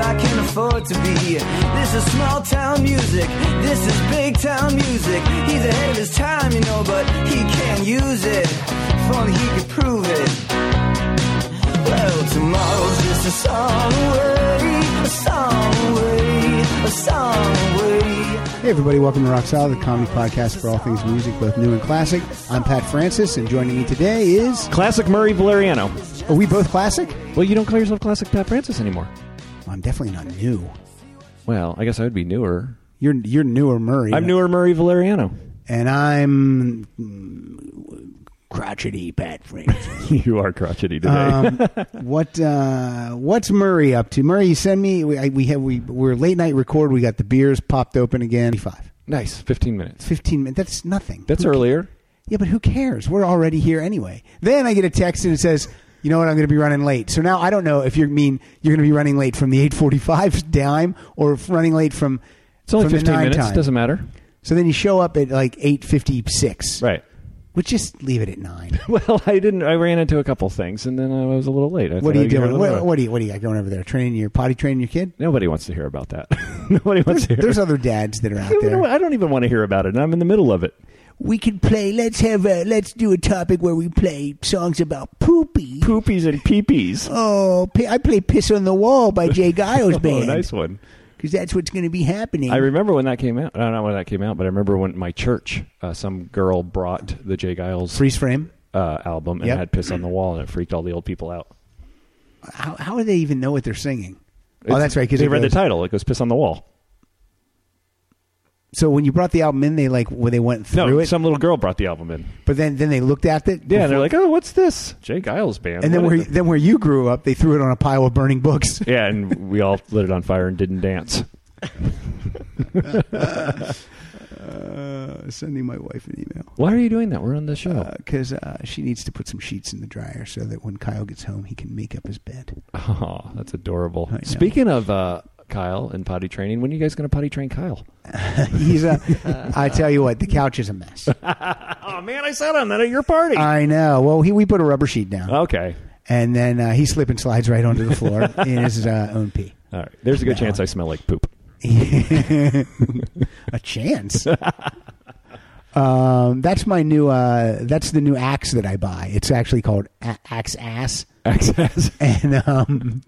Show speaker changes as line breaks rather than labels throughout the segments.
afford to be. This is small town music. This is big town music. He's ahead of his time, you know, but he can't use it. If only he could prove it. Well, tomorrow's just a song away, a song away, a song away.
Hey, everybody, welcome to Rock Solid, the comedy podcast for all things music, both new and classic. I'm Pat Francis, and joining me today is.
Classic Murray Valeriano.
Are we both classic?
Well, you don't call yourself Classic Pat Francis anymore.
I'm definitely not new.
Well, I guess I would be newer.
You're, you're newer Murray.
I'm newer Murray Valeriano.
And I'm. mm, crotchety Pat Francis. Um,
you are crotchety today.
what uh, what's Murray up to? Murray, you send me. We, I, we have we we're late night record. We got the beers popped open again. Five.
nice. 15 minutes.
15 minutes. That's nothing.
That's
Who
earlier.
Yeah, but who cares? We're already here anyway. Then I get a text and it says, "You know what? I'm going to be running late." So now I don't know if you mean you're going to be running late from the 8:45 dime or if running late from
It's only
from the
15
nine
minutes.
time.
Doesn't matter.
So then you show up at like 8:56.
Right.
Would just leave it at nine.
Well, I didn't. I ran into a couple things, and then I was a little late. I
What
thought
are you
I'd get a
doing?
little
What,
early.
what are you? What are you got going over there? Training your potty training your kid?
Nobody wants to hear about that. Nobody wants to hear.
There's other dads that are out
You know
there.
what? I don't even want to hear about it, and I'm in the middle of it.
we could play. Let's have a. Let's do a topic where we play songs about poopy.
Poopies and peepees.
Oh, pi- I play "Piss on the Wall" by Jay Giles
Oh, nice one.
because that's what's going to be happening.
I remember when that came out. I don't know when that came out, but I remember when my church, uh, some girl brought the Jay Giles
Freeze frame.
uh, album and
Yep.
it had piss on the wall, and it freaked all the old people out.
How, how do they even know what they're singing? oh,
It's-
that's right. Because
they read the title. It goes piss on the wall.
So when you brought the album in, they like well, they went through
No,
it,
some little girl brought the album in.
but then then they looked at it.
Yeah, and they're like, "Oh, what's this? Jay Giles band."
and then
What
where
is it?"
then where you grew up, they threw it on a pile of burning books.
yeah, and we all lit it on fire and didn't dance.
Uh, sending my wife an email
Why are you doing that? We're on the show.
because uh, she needs to put some sheets in the dryer so that when Kyle gets home, he can make up his bed.
oh, that's adorable.
I know.
Speaking of uh, Kyle and potty training, when are you guys going to potty train Kyle?
He's a. I tell you what, the couch is a mess.
Oh man, I sat on that at your party.
I know. Well, he we put a rubber sheet down,
Uh, okay,
and then uh, he slip and slides right onto the floor in his uh, own pee.
all right. There's a good chance I smell like poop.
a chance. um, that's my new. Uh, that's the new axe that I buy. It's actually called a- Axe Ass.
Access.
And um,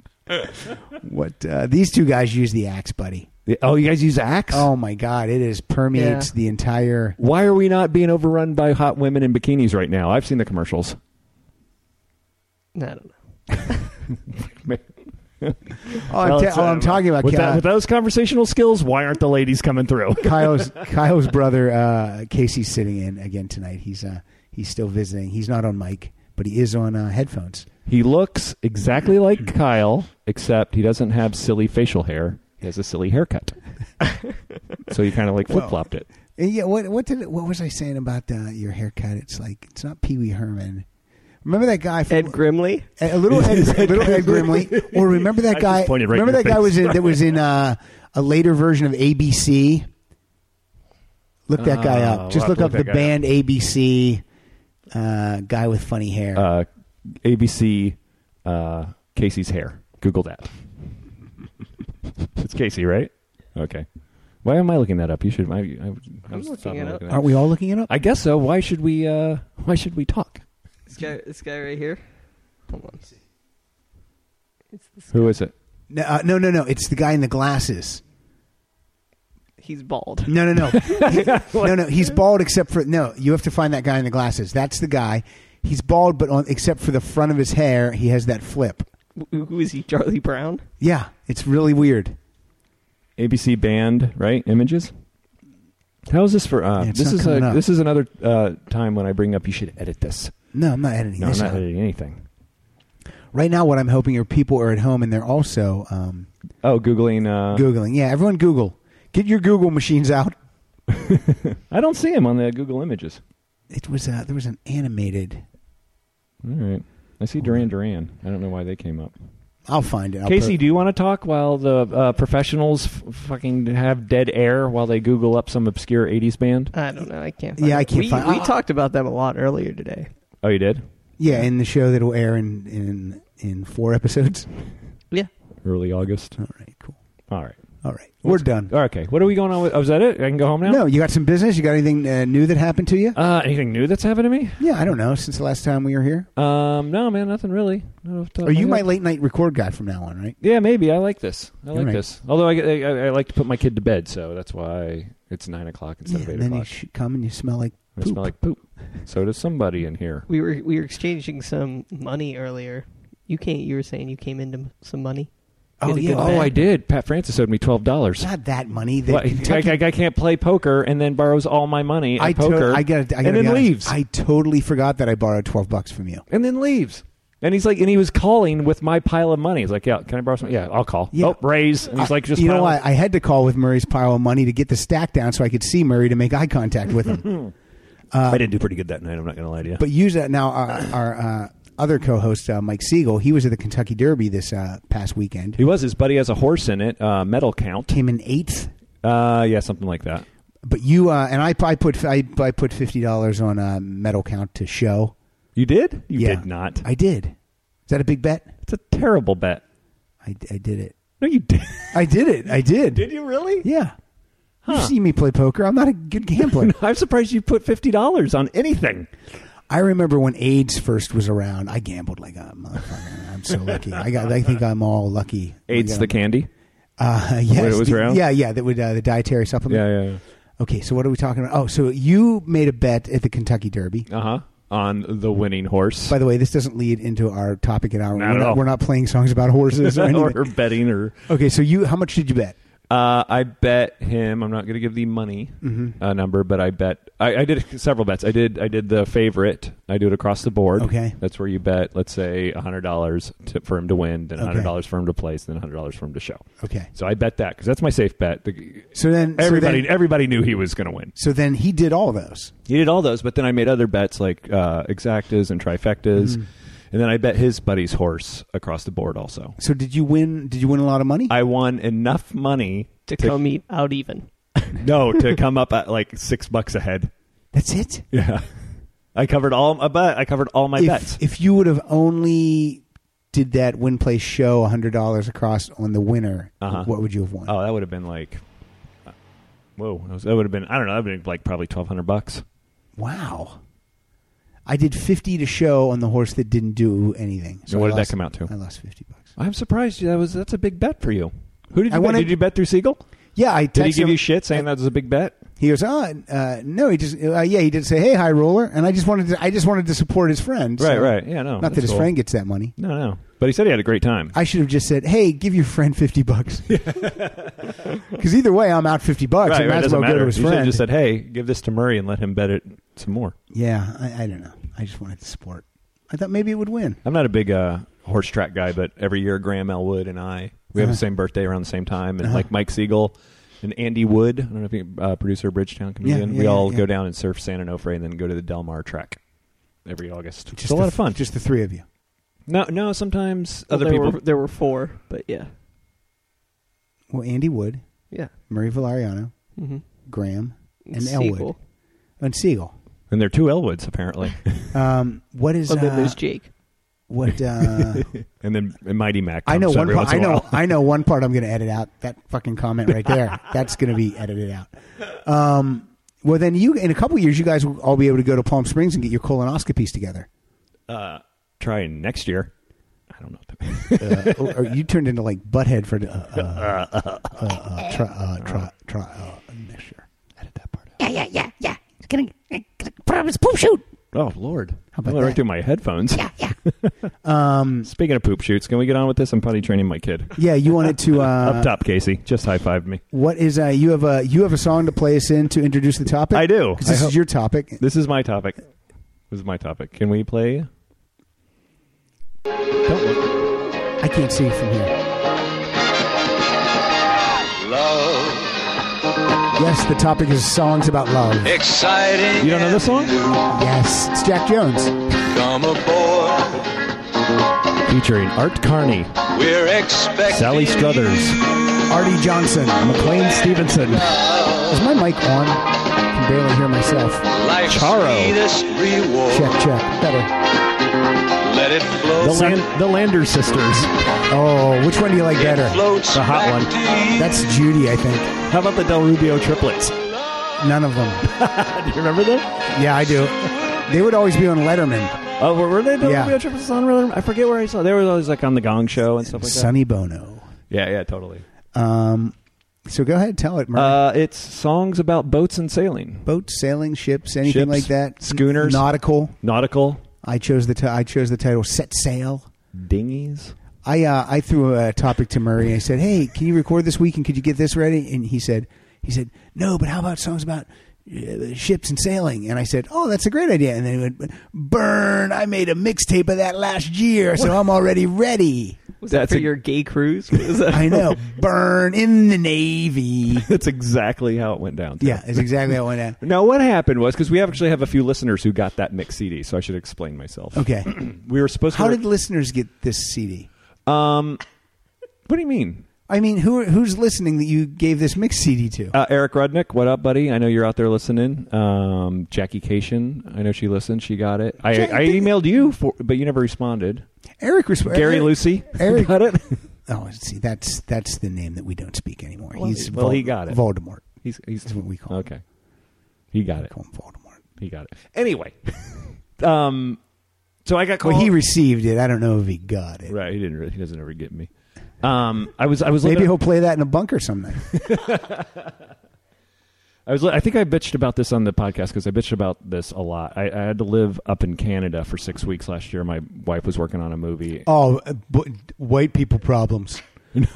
what uh, these two guys use the axe, buddy.
oh, you guys use axe?
Oh my God! It is permeates
Yeah.
the entire.
Why are we not being overrun by hot women in bikinis right now? I've seen the commercials.
I don't know.
Oh, I'm, ta- oh, I'm talking about
uh, with,
Ky-
that, with those conversational skills. Why aren't the ladies coming through?
Kyle's Kyle's brother uh, Casey's sitting in again tonight. He's uh, he's still visiting. He's not on mic, but he is on uh, headphones.
He looks exactly like Kyle, except he doesn't have silly facial hair. He has a silly haircut. so he kind of like flip flopped it.
And yeah, what what did what was I saying about uh, your haircut? It's like it's not Pee Wee Herman. Remember that guy from
Ed Grimley?
a little Ed, little Ed Grimley, or remember that
I just
guy?
pointed right in
remember
your
that guy
face.
was in, that was in uh, a later version of ABC. Look that guy
Uh,
up. Just
we'll
look up
have to
the
look that guy
band ABC. Uh, guy with funny hair.
Uh, ABC uh, Casey's hair. Google that. it's Casey, right? Okay. Why am I looking that up? You should. I, I, I was
looking
thought
it
I'm
up.
it
Aren't we all looking it up?
I guess so. Why should we? Uh, why should we talk?
This guy, this guy right here. Hold on. It's this
Who is it?
No, uh, no, no, no. It's the guy in the glasses.
He's bald.
No, no, no. no, no. He's bald except for no. You have to find that guy in the glasses. That's the guy. He's bald, but on except for the front of his hair, he has that flip.
Who, who is he? Charlie Brown?
Yeah, it's really weird.
ABC band, right? Images. How is this for? Uh,
Yeah, it's
this
not
is
coming
a,
up.
this is another uh, time when I bring up. You should edit this.
No, I'm not editing
No, I'm
this.
not
out.
editing anything.
Right now, what I'm hoping are people are at home and they're also um,
Oh, googling. Uh,
googling. Yeah, everyone Google. Get your Google machines out.
I don't see him on the Google Images.
It was uh, there was an animated.
All right, I see Duran Duran. I don't know why they came up.
I'll find it. I'll
Casey,
put-
do you want to talk while the uh, professionals f- fucking have dead air while they Google up some obscure '80s band?
I don't know. I can't find Uh,
Yeah, I
it.
can't
we,
find-
We
Ah.
talked about them a lot earlier today.
Oh, you did
yeah, in the show that'll air in in in four episodes.
Yeah.
early August.
All right, cool.
All right.
All right, we're done.
Okay. What are we going on with? Oh, is that it? I can go home now?
No, you got some business. You got anything uh, new that happened to you?
Uh, anything new that's happened to me?
Yeah, I don't know. Since the last time we were here,
Um, no, man, nothing really. Not off the top
or
of
you
my
my
head.
late night record guy from now on, right?
Yeah, maybe. I like this. I like
right.
this. Although I, I, I- I like to put my kid to bed, so that's why it's nine o'clock instead
yeah,
of
and
eight
then you
o'clock.
should come and you smell like
I smell like poop. So does somebody in here.
We were we were exchanging some money earlier. You can't. You were saying you came into m- some money.
oh
Get a
yeah,
good
oh,
bed.
Oh, I did. Pat Francis owed me twelve dollars.
not that money. That
Well, I,
Kentucky-
I, I can't play poker and then borrows all my money at
I to-
poker
I got. I gotta
and then
be honest,
leaves
I totally forgot that I borrowed twelve bucks from you.
and then leaves. And he's like, and he was calling with my pile of money. He's like, yeah, can I borrow some? Yeah, I'll call.
Yeah.
Oh, raise. And he's
I-
like, just
you know
piling-
what? I had to call with Murray's pile of money to get the stack down so I could see Murray to make eye contact with him. uh,
I did do pretty good that night. I'm not going to lie to you.
but use that now. Our, our uh, other co-host uh, Mike Siegel, he was at the Kentucky Derby this uh, past weekend.
he was. His buddy has a horse in it. Uh, medal count.
Came in eighth.
Uh, yeah, something like that.
But you uh, and I, I put I, I put fifty dollars on uh, medal count to show.
You did? You
Yeah.
did not.
I did. Is that a big bet?
It's a terrible bet.
I, I did it.
No, you did.
I did it. I did.
did you really?
Yeah. You
Huh.
see me play poker. I'm not a good gambler.
I'm surprised you put fifty dollars on anything.
I remember when AIDS first was around. I gambled like a motherfucker. I'm so lucky. I got. I think I'm all lucky.
Eight's the
Like,
candy.
uh, yes,
When it was
the-
around?
Yeah, yeah. That would uh, the dietary supplement.
Yeah, yeah.
Okay, so what are we talking about? Oh, so you made a bet at the Kentucky Derby.
yeah. Uh huh. On the winning horse.
By the way, this doesn't lead into our topic at our.
Not
we're,
at
not,
all.
we're not playing songs about horses or anything.
or betting or
okay, so you how much did you bet?
Uh, I bet him. I'm not going to give the money
Mm-hmm.
uh, number, but I bet I, I did several bets. I did I did the favorite. I do it across the board.
Okay.
that's where you bet. Let's say hundred dollars for him to win, then
Okay.
hundred dollars for him to place, then hundred dollars for him to show.
Okay,
So I bet that because that's my safe bet. The,
so then so
everybody
then-
everybody knew he was going to win.
So then he did all those.
He did all those, but then I made other bets like uh, exactas and trifectas,
Mm-hmm.
and then I bet his buddy's horse across the board. Also,
So did you win? Did you win a lot of money?
I won enough money
To come eat out even.
no to come up at like six bucks ahead.
That's it.
Yeah. I covered all I bet I covered all my bets.
If, if you would have only did that win place show hundred dollars across on the winner,
Uh-huh.
what would you have won?
oh, that would have been like uh, Whoa, that, was- that would have been I don't know, that would have been like probably 1200 bucks.
Wow. I did fifty to show on the horse that didn't do anything.
And what
I
did that
lost-
come out to?
I lost fifty bucks.
I'm surprised you that was that's a big bet for you. Who did
I
you bet?
wanted-
Did you bet through Siegel?
Yeah, I
Did he
texted
give
him-
you shit saying that was a big bet?
He goes, oh, uh, no, he just, uh, yeah, he did say, hey, high roller, and I just wanted to, I just wanted to support his friend. so-
Right, right. Yeah, no.
Not that
that's
his
cool.
friend gets that money.
No, no. But he said he had a great time.
I should have just said, hey, give your friend fifty bucks, because either way, I'm out fifty bucks.
right,
I
right,
might as
doesn't
well go
matter.
to his
you should have
friend.
just said, "Hey, give this to Murray and let him bet it some more."
yeah, I, I don't know. I just wanted to support. I thought maybe it would win.
I'm not a big uh, horse track guy, but every year Graham Elwood and I we have
Uh-huh.
the same birthday around the same time, and
Uh-huh.
like Mike Siegel and Andy Wood, I don't know if you uh, producer of Bridgetown comedian.
yeah,
we
yeah,
all
yeah.
go down and surf San Onofre and then go to the Del Mar track every August.
Just
it's
the-
a lot of fun.
Just the three of you.
no, no. Sometimes
Well,
other
there
people.
Were, there were four, but yeah,
Well, Andy Wood,
yeah.
Murray Valeriano,
Mm-hmm.
Graham, and Elwood, and Siegel.
and there are two Elwoods apparently,
Um, what is
Well, then
uh,
there's Jake.
what? Uh,
and then and Mighty Mac.
I know
comes
one.
every
Part,
once
I
in a
know.
while.
I know one part. I'm going to edit out that fucking comment right there. That's going to be edited out. Um, well, then you in a couple years, you guys will all be able to go to Palm Springs and get your colonoscopies together.
Uh, try next year. I don't know. What that means.
Uh, or, or you turned into like butthead for uh, uh, uh, uh, try, uh, try, try, uh, next year. Edit that part. Out.
Yeah, yeah, yeah, yeah. He's gonna, gonna put on his poop shoot.
Oh Lord!
How about
I went
that?
right through my headphones.
Yeah, yeah.
Speaking of poop shoots, can we get on with this? I'm potty training my kid.
Yeah, you wanted to uh,
Up top, Casey. Just high fived me.
What is uh, you have a you have a song to play us in to introduce the topic?
I do.
'Cause
I
This
hope-
is your topic.
This is my topic. This is my topic. Can we play? Don't look.
I can't see from here.
Love,
Yes, the topic is songs about love.
Eh. exciting.
You don't know this song?
Yes, it's Jack Jones.
Come aboard.
Featuring Art Carney,
We're expecting.
Sally Struthers,
Artie Johnson.
McLean Stevenson,
Is my mic on? I can barely hear myself.
Life's
Charo.
sweetest reward.
Check, check. Better.
Let it flow.
The, Land, the Lander sisters.
Oh, which one do you like better?
It floats
The hot
back
one.
to you.
That's Judy, I think.
How about the Del Rubio triplets?
None of them.
Do you remember them?
Yeah, I do. They would always be on Letterman.
Oh, were, were they Del
Yeah.
Rubio triplets on? Rhythm? I forget where I saw. They were always like on the Gong Show and stuff like that.
Sonny Bono.
Yeah, yeah, totally.
Um, so go ahead, tell it, Murray.
Uh, it's songs about boats and sailing,
Boats, sailing, ships, anything
ships,
like that.
schooners.
nautical.
nautical
I chose the t- I chose the title. Set sail.
dinghies.
I uh, I threw a topic to Murray. I said, "Hey, can you record this week? And could you get this ready?" And he said, "He said no, but how about songs about uh, ships and sailing?" And I said, "Oh, that's a great idea." And then he went, "Burn! I made a mixtape of that last year, so I'm already ready."
Was that
That's
for
a-
your gay cruise? What was that?
I know. Burn in the navy.
That's exactly how it went down. too.
Yeah, that's exactly how I went out.
Now, what happened was because we actually have a few listeners who got that mix CD, so I should explain myself.
Okay.
We were supposed to.
How did listeners get this CD?
um, what do you mean?
I mean, who who's listening that you gave this mix CD to?
Uh, Eric Rudnick, what up, buddy? I know you're out there listening. Um, Jackie Cation, I know she listened. She got it. I,
Jack-
I emailed you, for, but you never responded.
Eric resp-
Gary
Eric-
Lucy
Eric-
got it.
Oh, see, that's that's the name that we don't speak anymore.
Well,
he's
well, he got it.
Voldemort.
He's, he's
That's what we call him.
okay. He got
We
it.
call him Voldemort.
He got it. Anyway, um, so I got called.
Well, he received it. I don't know if he got it.
right. He didn't. Really, he doesn't ever get me. Um, I was. I was.
Maybe
looking-
he'll play that in a bunker someday.
I was. I think I bitched about this on the podcast because I bitched about this a lot. I, I had to live up in Canada for six weeks last year. My wife was working on a movie.
oh, uh, bu- white people problems.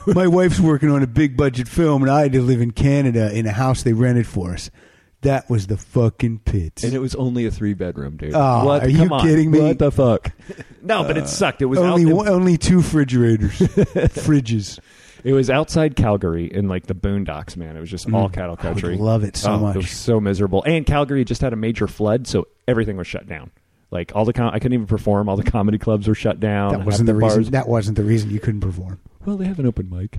My wife's working on a big budget film, and I had to live in Canada in a house they rented for us. That was the fucking pits.
it was only a three bedroom, dude.
Oh, are you kidding me? Uh,
fuck? no, but it sucked. It was
Only
out, it,
one, only two refrigerators, fridges.
it was outside Calgary in like the boondocks, man. It was just all cattle
Mm. I would
country.
love it so
Oh,
much.
It was so miserable. And Calgary just had a major flood, so everything was shut down. Like all the com- I couldn't even perform. All the comedy clubs were shut down.
That
Half
wasn't the,
Oh, bars.
reason. That wasn't the reason you couldn't perform.
Well, they have an open mic.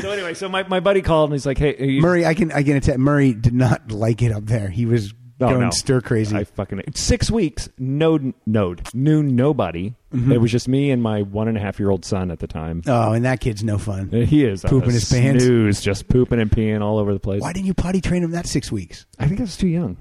so anyway, so my, my buddy called and he's like, "Hey, you-
Murray, I can I can attest. Murray did not like it up there. He was
Oh,
going
no.
stir crazy.
I fucking six weeks. No, no, knew nobody.
Mm-hmm.
It was just me and my one and a half year old son at the time.
oh, and that kid's no fun.
He is
Pooping his pants?
News, just pooping and peeing all over the place.
Why didn't you potty train him that six weeks?
I think I was too young.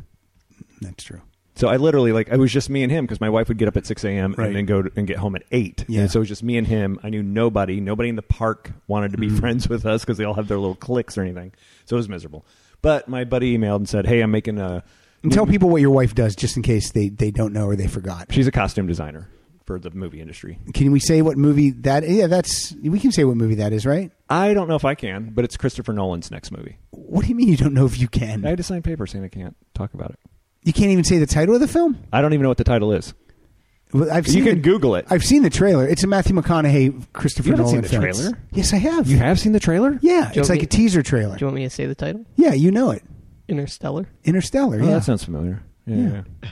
That's true.
So I literally like it was just me and him because my wife would get up at six a.m.
Right.
and then go to, and get home at eight.
Yeah.
And so it was just me and him. I knew nobody. Nobody in the park wanted to
Mm-hmm.
be friends with us because they all have their little cliques or anything. So it was miserable. But my buddy emailed and said, "Hey, I'm making a.
And tell people what your wife does, just in case they, they don't know or they forgot.
She's a costume designer for the movie industry.
Can we say what movie that? Yeah, that's we can say what movie that is, right?
I don't know if I can, but it's Christopher Nolan's next movie.
What do you mean you don't know if you can?
I had to sign paper saying I can't talk about it.
you can't even say the title of the film.
I don't even know what the title is.
Well, I've
You
seen
can
the-
Google it.
I've seen the trailer. It's a Matthew McConaughey, Christopher
You haven't
Nolan
seen the
film.
trailer?
Yes, I have.
You have seen the trailer?
Yeah,
you
it's
want
like
me-
a teaser trailer.
Do you want me to say the title?
yeah, you know it.
Interstellar.
Interstellar.
Oh,
yeah.
That sounds familiar. Yeah.
Yeah.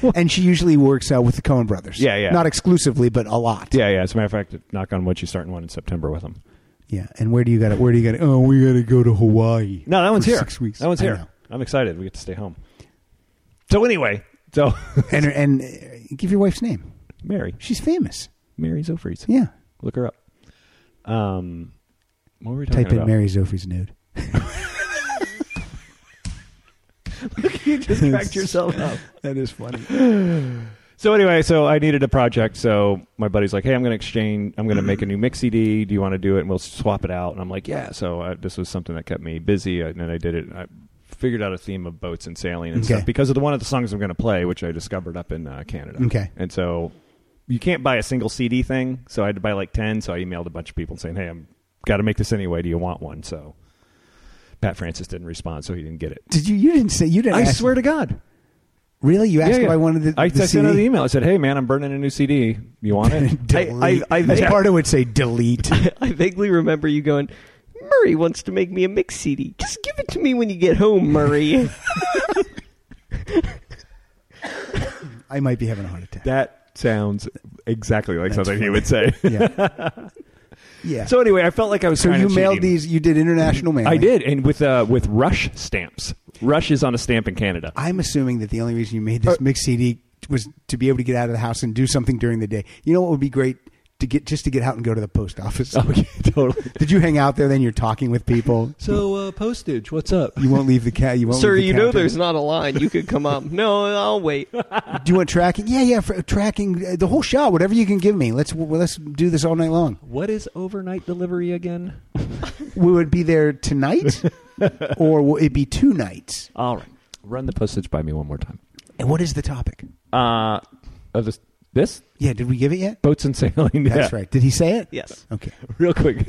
yeah.
and she usually works out with the Coen brothers.
Yeah, yeah.
Not exclusively, but a lot.
Yeah, yeah. As a matter of fact, knock on wood, she's starting one in September with them.
yeah. And where do you got to? Where do you got to? Oh, we got to go to Hawaii.
No, that one's
for
here.
Six weeks.
That one's
I
here.
know.
I'm excited. We get to stay home. So anyway, so
And and uh, give your wife's name.
Mary,
She's famous.
Mary Zofries,
Yeah.
look her up. Um, what were we talking
Type in
about?
Mary Zofie's nude.
you just cracked yourself up.
That is funny.
So anyway, so I needed a project. So my buddy's like, "Hey, I'm going to exchange. I'm going to make a new mix CD. Do you want to do it? And we'll swap it out." And I'm like, "Yeah." So I, this was something that kept me busy, uh, and then I did it. I figured out a theme of boats and sailing and
Okay.
stuff because of the one of the songs I'm going to play, which I discovered up in uh, Canada.
Okay.
And so you can't buy a single CD thing, so I had to buy like ten. So I emailed a bunch of people saying, "Hey, I'm got to make this anyway. Do you want one?" So Pat Francis didn't respond, so he didn't get it.
Did you? You didn't say. You didn't.
I
ask-
swear to God.
Really? You asked
Yeah,
if
yeah.
I wanted the,
I
the
I sent out an
CD?
email. I said, "Hey, man, I'm burning a new CD. You want it?"
Delete. As Pardo would say, delete.
I vaguely remember you going, Murray wants to make me a mix CD. Just give it to me when you get home, Murray.
I might be having a heart attack.
that sounds exactly like
That's
something
funny.
he would say.
yeah. Yeah.
So anyway, I felt like I was.
So
kinda
you mailed
cheating.
these. You did international mail.
I did, and with uh, with Rush stamps. Rush is on a stamp in Canada.
I'm assuming that the only reason you made this mix CD was to be able to get out of the house and do something during the day. You know what would be great to get just to get out and go to the post office.
Okay, totally.
Did you hang out there? Then you're talking with people.
So uh, postage, what's up?
You won't leave the cat. You won't.
Sir,
leave the
you know
counter.
there's not a line. You could come up. No, I'll wait.
Do you want tracking? Yeah, yeah, for tracking uh, the whole shot. Whatever you can give me. Let's well, let's do this all night long.
What is overnight delivery again?
We would be there tonight, or will it be two nights?
All right, run the postage by me one more time.
And what is the topic?
Uh, of this, this
Yeah, did we give it yet?
boats and sailing.
That's
yeah.
right. Did he say it?
Yes.
Okay.
Real quick,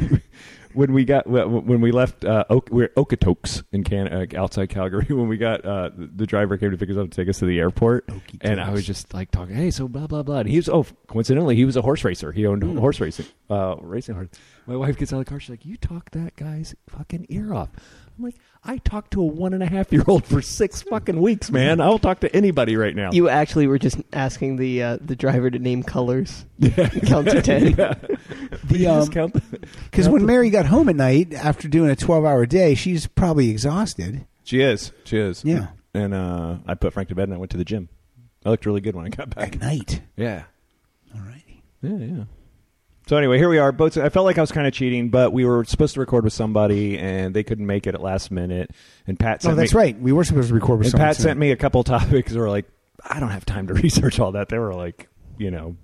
when we got when we left, uh, Oak, we we're at Okotoks in Can uh, outside Calgary. When we got uh, the driver came to pick us up to take us to the airport, and I was just like talking, hey, so blah blah blah. And he was oh, coincidentally, he was a horse racer. He owned horse racing, uh, racing horse. My wife gets out of the car. She's like, you talked that guy's fucking ear off. I'm like, I talked to a one and a half year old for six fucking weeks, man. I'll talk to anybody right now.
You actually were just asking the uh, the driver to name colors. Count to ten.
Will
um,
you just count the-
Because when Mary got home at night after doing a 12 hour day, she's probably exhausted.
She is. She is.
Yeah.
And uh, I put Frank to bed and I went to the gym. I looked really good when I got back.
At night.
Yeah.
All righty.
Yeah, yeah. So anyway, here we are. Boats. I felt like I was kind of cheating, but we were supposed to record with somebody, and they couldn't make it at last minute. And Pat. Sent
Oh, that's
me,
right. We were supposed to record with
And
someone
Pat
tonight.
sent me a couple topics. That were like, I don't have time to research all that. They were like, you know,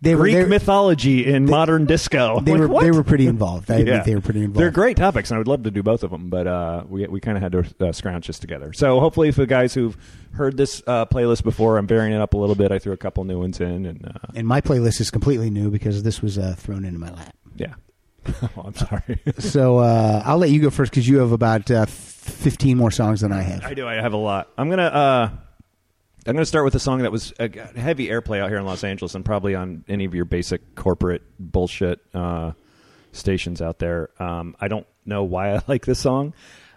They were,
Greek
they,
mythology in modern disco.
they
Like,
were
what?
they were pretty involved. I think they were pretty involved.
They're great topics, and I would love to do both of them, but uh, we, we kind of had to uh, scrounge this together. So hopefully, for the guys who've heard this uh, playlist before, I'm varying it up a little bit. I threw a couple new ones in, and uh,
And my playlist is completely new because this was uh, thrown into my lap.
yeah. oh, I'm sorry.
So uh, I'll let you go first because you have about uh, f- 15 more songs than I have.
I do. I have a lot. I'm gonna. Uh, I'm gonna start with a song that was uh, got heavy airplay out here in Los Angeles and probably on any of your basic corporate bullshit uh, stations out there. Um, I don't know why I like this song.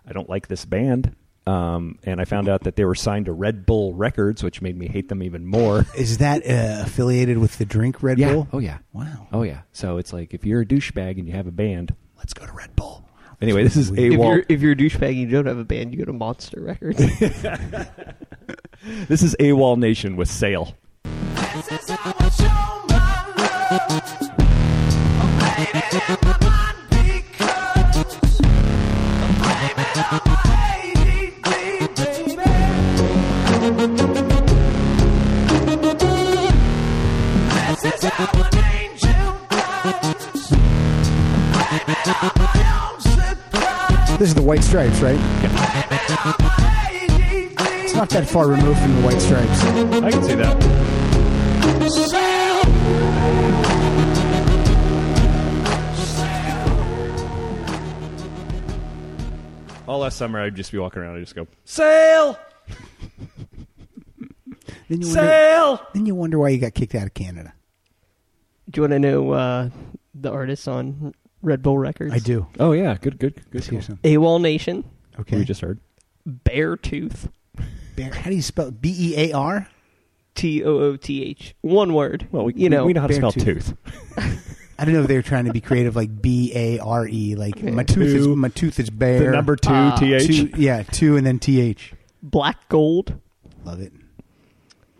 I don't like this band. Um, and I found out that they were signed to Red Bull Records, which made me hate them even more.
Is that uh, affiliated with the drink Red Bull?
Oh yeah.
Wow.
Oh yeah. So it's like if you're a douchebag and you have a band, let's go to Red Bull. Anyway, this is
If
AWOL.
you're if you're a douchebag and you don't have a band, you go to Monster Records.
This is AWOL Nation with Sale.
This is the White Stripes, right? It's not that far removed from the White Stripes.
I can see that. All last summer, I'd just be walking around. I just go sail,
Then you, wonder,
sail.
then you wonder why you got kicked out of Canada.
Do you want to know uh, the artists on Red Bull Records?
I do.
Oh yeah, good, good, good.
Let's hear some.
AWOL Nation,
Okay.
We just heard.
Bear Tooth,
Bear- how do you spell B E A R?
T O O T H. One word.
Well, we,
you know,
we know how to
bear
spell
tooth.
tooth.
I don't know if they were trying to be creative, like B A R E. Like my tooth is
Two.
my tooth is bare.
The number two,
Ah,
th.
two, yeah, two and then T H.
Black Gold,
Love it.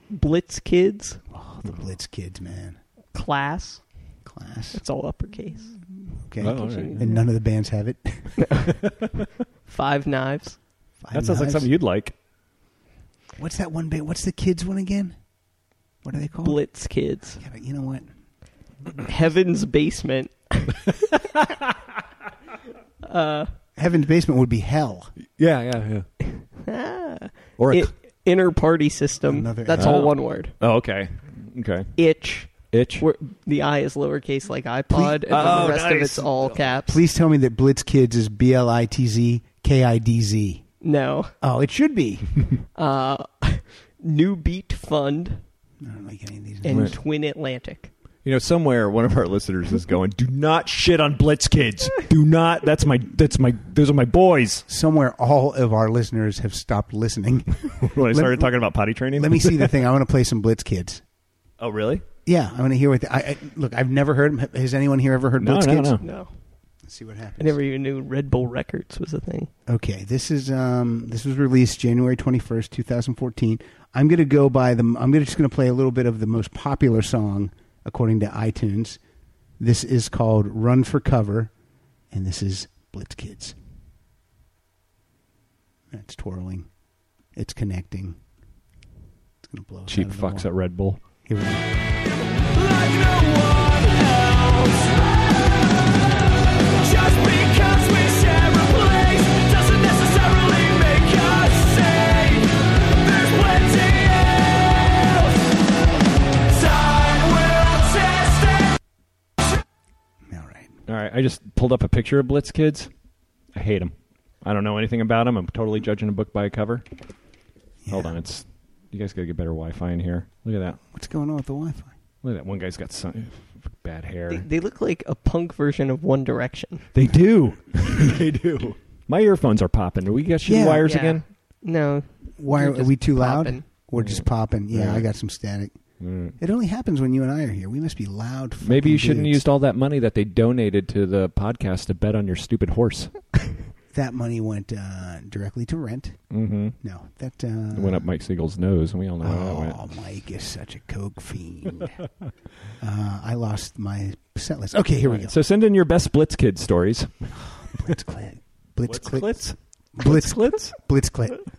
Blitz Kids,
Oh, the Blitz kids, man,
Class.
class.
It's all uppercase.
Okay,
Oh, all right.
and none of the bands have it.
Five Knives,
Five
That sounds like
Knives.
something you'd like.
What's that one band? What's the kids one again? What are they called?
Blitz Kids,
Yeah, but you know what?
Heaven's Basement.
Heaven's Basement would be hell.
Yeah, yeah, yeah.
Ah.
Or a
It, inner Party System.
Another
That's
L.
all one word.
oh, okay, okay.
Itch.
Itch.
Where the I is lowercase like iPod, and then
Oh,
the rest of
nice.
it's all caps.
Please tell me that Blitz Kids is B L I T Z K I D Z.
No.
Oh, it should be.
Uh, New Beat Fund
I don't like any of these.
and
names.
Twin Atlantic.
You know, somewhere one of our listeners is going, "Do not shit on Blitz Kids. Do not. That's my. That's my. Those are my boys."
Somewhere, all of our listeners have stopped listening.
When I
Let-
started talking about potty training,
Let me see the thing. I want to play some Blitz Kids.
Oh, really?
Yeah, I want to hear what. The, I, I look. I've never heard. 'em. Has anyone here ever heard
No,
Blitz
no,
Kids?
no.
No.
Let's see what happens.
I never even knew Red Bull Records was a thing.
Okay, this is um, this was released January twenty first, two thousand fourteen. I'm gonna go by the. I'm gonna just gonna play a little bit of the most popular song according to iTunes. This is called "Run for Cover," and this is Blitz Kids. That's twirling. It's connecting. It's gonna blow. us
Cheap
out of the
fucks at
water.
Red Bull.
Here we go. All right.
All right, I just pulled up a picture of Blitz Kids. I hate them. I don't know anything about them. I'm totally judging a book by a cover. Hold
Yeah.
on, it's you guys got to get better Wi-Fi in here. Look at that.
What's going on with the Wi-Fi?
Look at that. One guy's got some bad hair.
They, they look like a punk version of One Direction.
They do. they do. My earphones are popping. Do we got shit
Yeah.
wires
Yeah.
again?
No,
Why are,
You're
are we
just
too loud?
popping.
We're just popping. Yeah,
Yeah.
I got some static.
Mm.
It only happens when you and I are here. We must be loud. fucking
Maybe you shouldn't have
dudes.
used all that money that they donated to the podcast to bet on your stupid horse.
that money went uh, directly to rent.
Mm-hmm.
No, that uh,
It went up Mike Siegel's nose, and we all know how that went.
Oh, Mike is such a coke fiend. uh, I lost my set list. Oh. Okay, here we go.
So send in your best Blitz Kid stories.
Blitz clit. Blitz clit.
Blitz?
Blitz
Blitz?
blitz clit.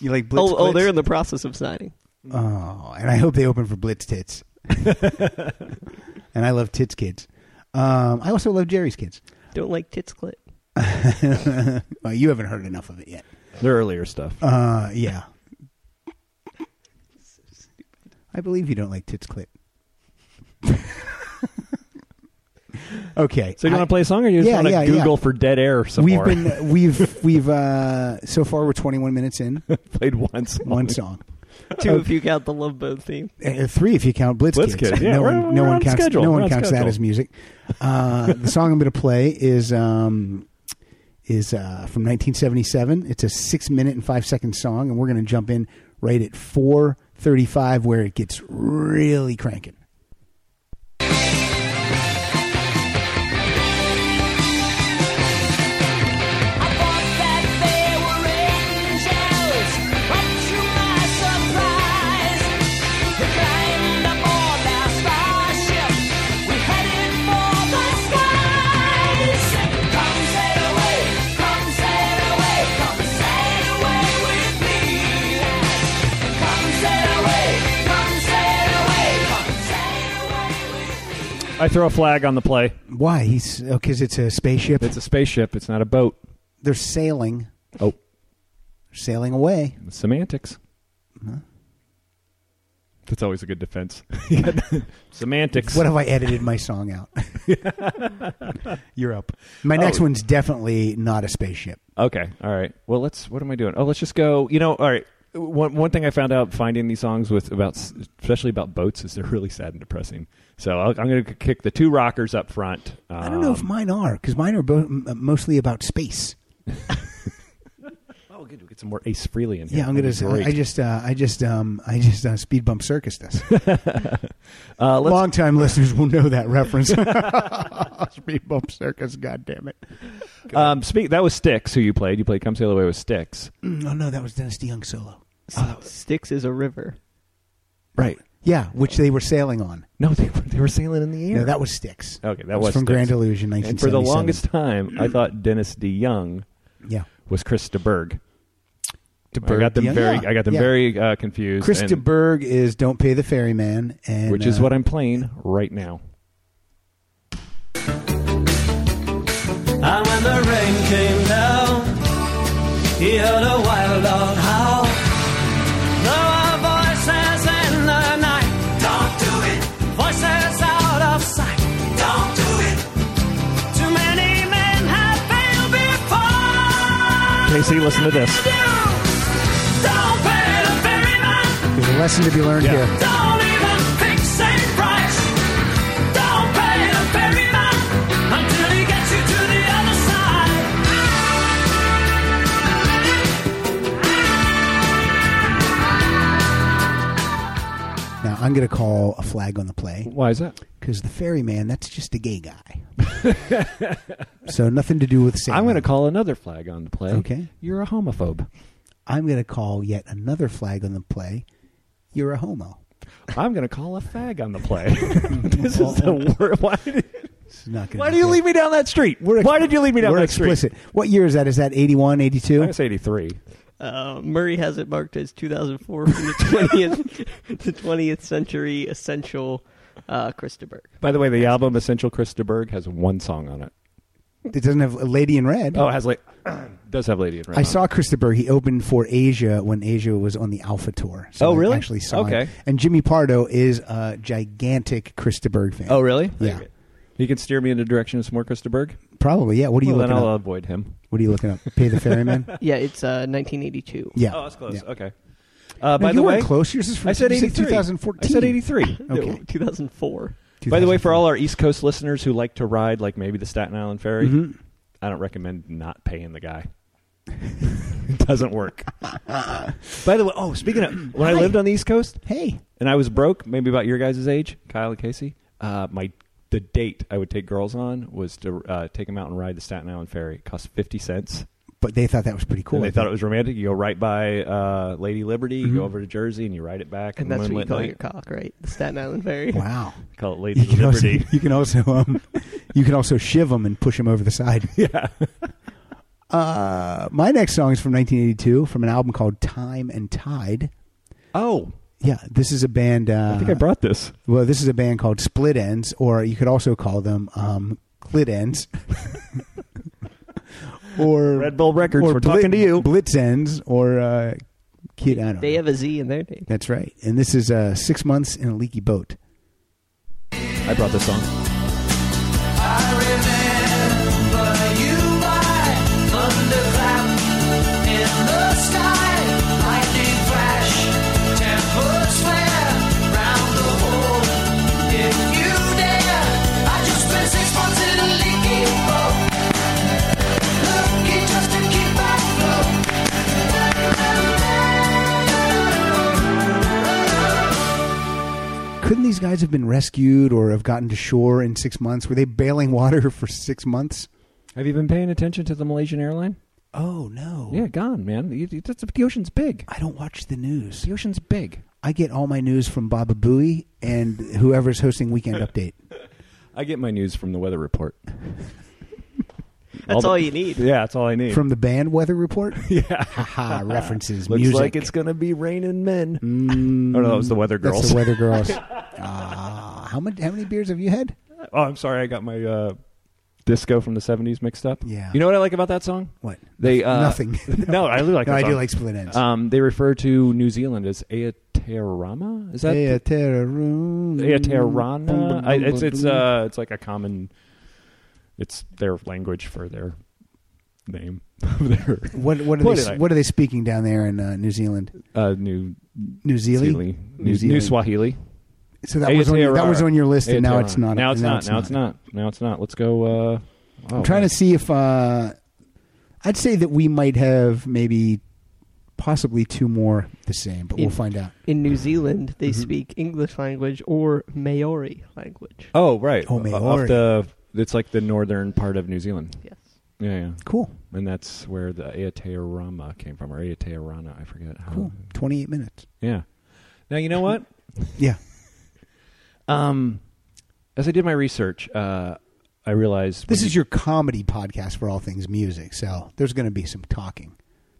You like blitz?
oh, oh,
clits?
they're in the process of signing.
Oh, and I hope they open for Blitz Tits. and I love Tits Kids. Um, I also love Jerry's Kids.
Don't like tits clit.
well, you haven't heard enough of it yet.
Their earlier stuff.
Uh, yeah. I believe you don't like Tits Clit. okay.
So you
I-
want to play a song, or you just
Yeah,
want to
yeah,
Google for dead air some
We've
more?
been we've we've uh so far we're 21 minutes in
played once.
one song Oh.
Two if you count the Love Boat theme.
Uh, three if you count Blitz,
Blitz
Kids.
Kids, yeah,
no
we're-
one, no
we're
one
on
counts.
schedule,
No
we're
one
on
counts that
schedule.
as music. Uh, the song I'm going to play is um, is uh, from 1977. It's a six minute and five second song, and we're going to jump in right at 4:35, where it gets really cranking.
I throw a flag on the play.
Why? He's because it's a spaceship.
It's a spaceship. It's not a boat.
They're sailing,
Oh,
sailing away.
semantics.
Uh-huh.
That's always a good defense. You got- semantics.
What have I edited my song out? You're up. My
Oh.
next one's definitely not a spaceship.
Okay. All right. Well, let's. What am I doing? Oh, let's just go. You know. All right. One one thing I found out finding these songs with about especially about boats is they're really sad and depressing. So I'll, I'm going to kick the two rockers up front. Um,
I don't know if mine are because mine are bo- m- mostly about space.
oh, good. We get some more Ace Freely in here.
Yeah, I'm gonna.
That'd be great.
I just, uh, I just, um, I just uh, speed bump circus this.
Uh, let's,
Long time listeners will know that reference. speed bump circus. God damn it!
um, speak. That was Sticks who you played. You played "Come Sail Away" with Sticks.
Mm, Oh no, that was Dennis DeYoung solo.
Styx is a river.
Right.
Yeah, which they were sailing on.
No, they were, they were sailing in the air.
No, that was Styx.
okay. Oh, That
It
was
from
Styx.
Grand Illusion,
And for the
1977.
longest time, I thought Dennis DeYoung
Yeah,
was Chris DeBerg. I
DeBerg,
got them
DeYoung,
very.
yeah,
I got them
yeah.
very uh, confused.
Chris
and-
DeBerg is "Don't Pay the Ferryman," and
which is
uh,
what I'm playing right now.
And when the rain came down, he heard a wild dog howl. There were voices in the night. Don't do it. Voices out of sight. Don't do it. Too many men have failed before.
Casey, listen to this.
You don't pay the ferryman.
uh, there's a lesson to be learned
Yeah.
here.
Don't even fix a price. Don't pay the ferryman until he gets you to the other side.
Now I'm going to call a flag on the play
Why is that?
because the ferryman, that's just a gay guy. so nothing to do with Sam.
I'm going to call another flag on the play.
Okay.
You're a homophobe.
I'm going to call yet another flag on the play. You're a homo.
I'm going to call a fag on the play. this is the worst. Why did,
It's not gonna
why
be
do you
good.
leave me down that street? why did you leave me down
We're
that
explicit. What year is that? Is that 81,
street? I
82?
was 83.
Uh, Murray has it marked as 2004 from the 20th, the 20th century essential uh, Christopher.
By the way, the album Essential Krista Berg has one song on it.
It doesn't have Lady in Red.
Oh, it has like does have Lady in Red.
I
on it.
saw Christopher. He opened for Asia when Asia was on the Alpha Tour. So
Oh,
I
really?
actually saw
Okay.
him. And Jimmy Pardo is a gigantic Christopher fan.
Oh, really?
Yeah.
He can steer me in the direction of some more Krista Berg.
Probably, yeah. What are you
Well, then
looking
I'll uh,
up?
avoid him.
What are you looking up? Pay the ferryman?
Yeah, it's uh, 1982.
Yeah.
Oh, that's close.
Yeah.
Okay. Uh,
No,
by
you
the way,
weren't close. Yours is from
I said
you
83.
2014.
I said 83.
Okay.
No, 2004.
By the way, for all our East Coast listeners who like to ride, like maybe the Staten Island Ferry,
Mm-hmm.
I don't recommend not paying the guy. it doesn't work. By the way, oh, speaking of, when I lived on the East Coast
Hey.
and I was broke, maybe about your guys' age, Kyle and Casey, uh, my the date I would take girls on was to uh, take them out and ride the Staten Island Ferry. It cost 50 cents.
But they thought that was pretty cool.
And they thought it was romantic. You go right by uh, Lady Liberty, you go over to Jersey, and you ride it back.
And that's what you
moonlit
call
night.
your cock, right? The Staten Island Ferry.
Wow.
Call it
You
Lady
can also,
Liberty.
you can also, um, you can also shiv them and push them over the side.
yeah.
Uh, my next song is from 1982 from an album called Time and Tide.
Oh,
Yeah, this is a band. Uh,
I think I brought this.
Well, this is a band called Split Ends, or you could also call them um, Clit Ends, or
Red Bull Records.
or
We're talking to you.
Blitz Ends, or uh, Kid. I don't
They
know.
have a Z in their name.
That's right. And this is uh, six months in a leaky boat.
I brought this song.
Couldn't these guys have been rescued or have gotten to shore in six months? Were they bailing water for six months?
Have you been paying attention to the Malaysian airline?
Oh no!
Yeah, gone, man. You- you- that's- the ocean's big.
I don't watch the news.
The ocean's big.
I get all my news from Baba Booey and whoever's hosting Weekend Update.
I get my news from the weather report.
That's all,
the-
you need.
Yeah, that's all I need.
From the band Weather Report?
yeah.
Haha, references,
Looks
music.
like it's going to be raining men.
Mm,
Oh, no, that was the Weather
That's
Girls.
the Weather Girls. Ah, how, many, how many beers have you had?
Oh, I'm sorry. I got my uh, disco from the 70s mixed up.
Yeah.
You know what I like about that song?
What?
They uh,
Nothing.
no, I do like
no,
that
I do
song.
like Split Ends.
Um, they refer to New Zealand as Aotearoa. Is that
Aotearoa.
Aotearoa? I, it's it's uh it's like a common. It's their language for their name. of their
What, what, are
what
they,
did I-
what are they speaking down there in uh, New Zealand?
uh, New
New Zealand?
Zealand,
New
New, New
Zealand.
Swahili.
So that was, on your, that
Aotearoa.
was on your list, and now
Aotearoa.
it's not.
Now it's
and
not. Now it's not. Now it's not. Let's go. Uh,
I'm trying to see if uh, I'd say that we might have maybe possibly two more the same, but we'll
In-
find out.
In New Zealand, they speak English language or Maori language.
Oh right.
Oh,
Off
Maori.
the. It's like the northern part of New Zealand.
Yes.
Yeah, yeah.
Cool,
And that's where the Aotearoa came from, or Aotearoa, I forget. how-
cool. Twenty eight minutes.
Yeah. Now you know what?
Yeah.
Um, as I did my research, uh, I realized
This
when
is
you-
your comedy podcast for all things music, so there's going to be some talking.